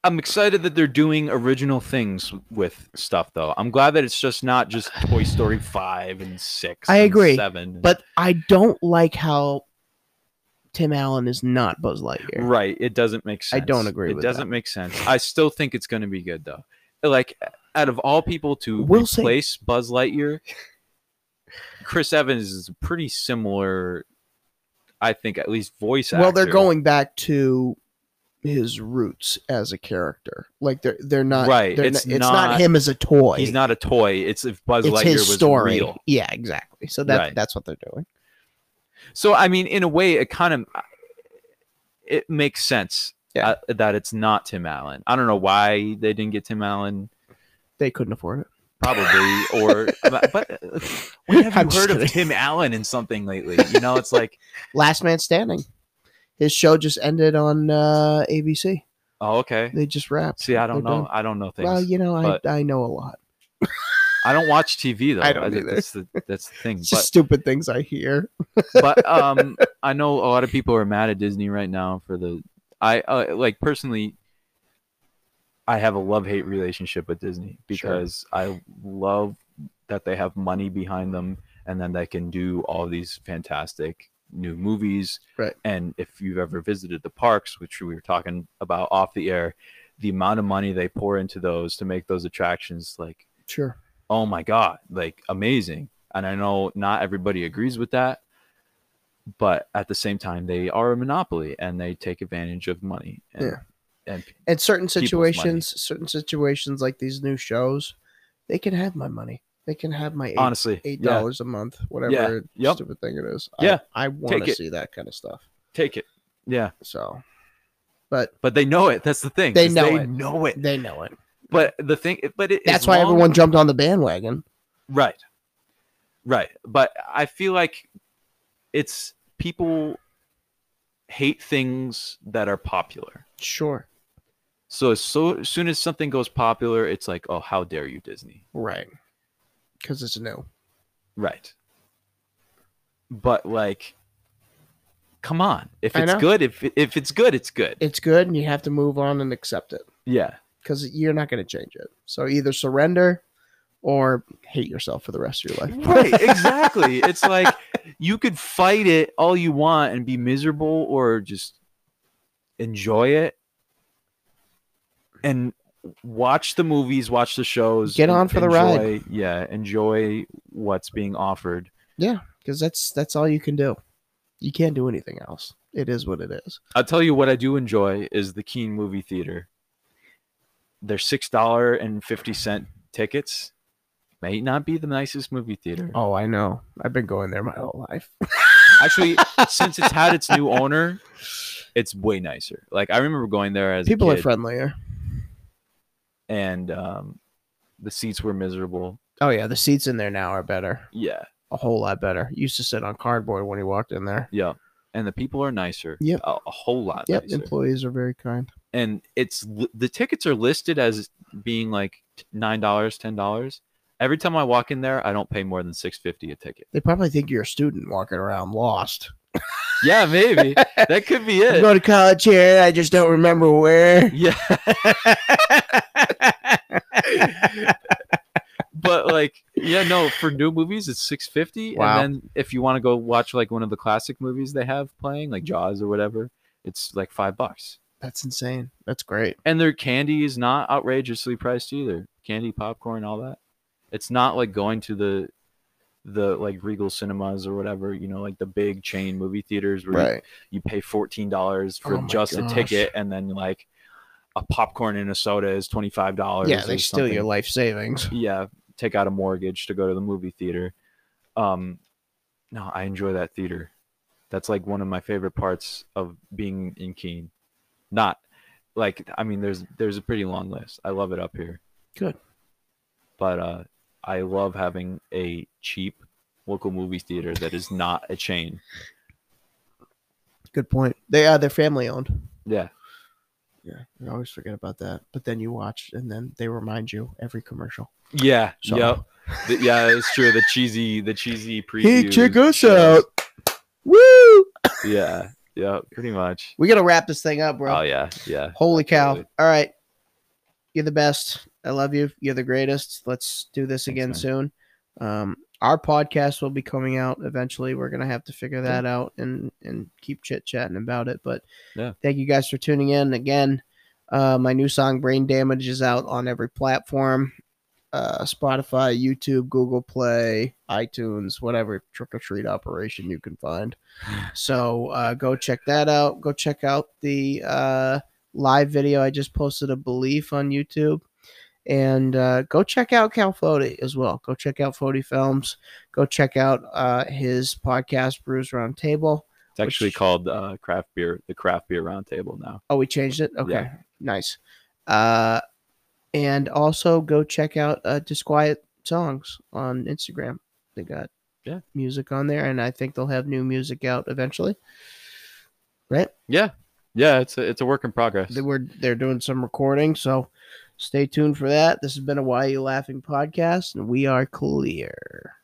S4: I'm excited that they're doing original things with stuff, though. I'm glad that it's just not just Toy Story five and six.
S1: I
S4: and
S1: agree,
S4: Seven,
S1: But I don't like how Tim Allen is not Buzz Lightyear.
S4: right, it doesn't make
S1: I
S4: sense.
S1: don't agree
S4: It
S1: with that.
S4: doesn't make sense. I still think it's going to be good, though. Like, out of all people to
S1: We'll see.
S4: replace
S1: [LAUGHS]
S4: Buzz Lightyear, Chris Evans is a pretty similar. I think at least voice.
S1: Well, they're
S4: actor.
S1: going back to his roots as a character. Like they're they're not
S4: Right,
S1: they're
S4: it's
S1: not- it's not,
S4: not-
S1: him as a toy.
S4: He's not a toy. It's if Buzz
S1: it's
S4: Lightyear
S1: his
S4: was
S1: story.
S4: real.
S1: Yeah, exactly. So that
S4: Right.
S1: that's what they're doing.
S4: So I mean, in a way, it kind of it makes sense
S1: Yeah.
S4: uh, that it's not Tim Allen. I don't know why they didn't get Tim Allen,
S1: They couldn't afford it. [LAUGHS]
S4: probably, or but but uh, when have you
S1: I'm just
S4: heard
S1: kidding.
S4: of Tim Allen in something lately? You know, it's like
S1: Last Man Standing. His show just ended on uh, ABC.
S4: oh okay.
S1: They just wrapped.
S4: See, I
S1: [LAUGHS]
S4: don't
S1: They're
S4: know.
S1: done.
S4: I don't know things.
S1: well, you know, I,
S4: but-
S1: I know a lot.
S4: I don't watch TV though.
S1: I don't
S4: think
S1: either.
S4: That's the, that's the thing.
S1: It's [LAUGHS] just stupid things I hear.
S4: but but um, I know a lot of people are mad at Disney right now for the I uh, like personally. I have a love hate relationship with Disney because I love that they have money behind them and then they can do all these fantastic new movies.
S1: Right.
S4: And if you've ever visited the parks, which we were talking about off the air, the amount of money they pour into those to make those attractions like
S1: Sure.
S4: oh my god like amazing and i know not everybody agrees with that but at the same time they are a monopoly and they take advantage of money and,
S1: Yeah.
S4: and
S1: In certain
S4: money.
S1: situations, certain situations like these new shows, they can have my money. They can have my eight dollars
S4: honestly
S1: eight
S4: yeah,
S1: dollars a month, whatever
S4: Yep.
S1: stupid thing it is.
S4: Yeah.
S1: I, I want
S4: Take
S1: to
S4: it.
S1: see that kind of stuff.
S4: take it yeah
S1: So, but
S4: but they know it that's the thing
S1: They
S4: 'cause
S1: know
S4: they
S1: it.
S4: know it
S1: they know it.
S4: but the thing but it,
S1: That's
S4: as
S1: why
S4: long-
S1: everyone jumped on the bandwagon.
S4: Right. Right. But I feel like it's people hate things that are popular.
S1: Sure.
S4: So as so as soon as something goes popular, it's like, oh, how dare you, Disney?
S1: Right. Because it's new.
S4: Right. But like, come on. If
S1: I
S4: it's
S1: know.
S4: good, if it- if it's good, it's good.
S1: It's good, and you have to move on and accept it.
S4: yeah.
S1: because you're not going to change it. So either surrender or hate yourself for the rest of your life. [LAUGHS]
S4: Right. Exactly. it's like you could fight it all you want and be miserable, or just enjoy it and watch the movies, watch the shows.
S1: Get on for the ride.
S4: enjoy- Yeah, enjoy what's being offered.
S1: Because that's that's all you can do. You can't do anything else. It is what it is.
S4: I'll tell you what I do enjoy is the Keen movie theater. They're six dollar and fifty cent tickets. May not be the nicest movie theater.
S1: Oh, I know. I've been going there my whole life. [LAUGHS]
S4: Actually, since it's had its new owner, it's way nicer. Like I remember going there as
S1: People
S4: a
S1: are
S4: kid,
S1: friendlier.
S4: and um, the seats were miserable.
S1: Oh yeah, the seats in there now are better.
S4: Yeah,
S1: A whole lot better. Used to sit on cardboard when he walked in there.
S4: yeah, and the people are nicer.
S1: Yep.
S4: a, a whole lot
S1: Yep,
S4: nicer.
S1: employees are very kind.
S4: and it's li- the tickets are listed as being like nine dollars, ten dollars. Every time I walk in there, I don't pay more than six fifty a ticket.
S1: They probably think you're a student walking around lost.
S4: Yeah, maybe
S1: [LAUGHS]
S4: that could be
S1: I'm
S4: it.
S1: going to college here. I just don't remember where. [LAUGHS]
S4: Yeah, but like, yeah, no, for new movies it's six fifty,
S1: Wow.
S4: and then if you want to go watch like one of the classic movies they have playing, like Jaws or whatever, It's like five bucks.
S1: That's insane. That's great.
S4: And their candy is not outrageously priced either. Candy, popcorn, all that. It's not like going to the the like Regal Cinemas or whatever, you know, like the big chain movie theaters where you- you, pay fourteen dollars for
S1: Oh my
S4: just
S1: gosh.
S4: a ticket and then like a popcorn and a soda is twenty five dollars.
S1: Yeah, they steal your life savings.
S4: yeah, take out a mortgage to go to the movie theater. Um, no, I enjoy that theater. That's like one of my favorite parts of being in Keene. Not like I mean, there's there's a pretty long list. I love it up here.
S1: Good.
S4: but uh, I love having a cheap local movie theater that is not a chain.
S1: Good point. They are. They're family owned.
S4: Yeah,
S1: Yeah, I always forget about that. But then you watch, and then they remind you every commercial.
S4: yeah,
S1: So-
S4: yep, The- yeah. It's true. The cheesy, the cheesy preview.
S1: Woo!
S4: Yeah, yeah, pretty much.
S1: We gotta wrap this thing up, bro.
S4: Oh yeah, yeah.
S1: Holy cow!
S4: absolutely.
S1: All right, you're the best. I love you. You're the greatest. Let's do this again
S4: man.
S1: soon. Um, our podcast will be coming out eventually. We're gonna have to figure that out and and keep chit chatting about it. But
S4: Yeah.
S1: thank you guys for tuning in again. Uh, my new song "Brain Damage" is out on every platform: uh, Spotify, YouTube, Google Play, iTunes, whatever trick or treat operation you can find. So uh, go check that out. Go check out the uh, live video I just posted a belief on YouTube. And uh, go check out Cal Fody as well. Go check out Fody Films. Go check out uh, his podcast, Brews Roundtable.
S4: It's actually
S1: Which-
S4: called uh, craft beer, the craft beer roundtable now.
S1: Oh, we changed it? Okay.
S4: Yeah.
S1: Nice. Uh, and also go check out uh, Disquiet Songs on Instagram. They got
S4: Yeah.
S1: music on there, and I think they'll have new music out eventually. Right?
S4: Yeah, yeah. It's a, it's a work in progress.
S1: they were they're doing some recording so stay tuned for that this has been a why you laughing podcast and we are clear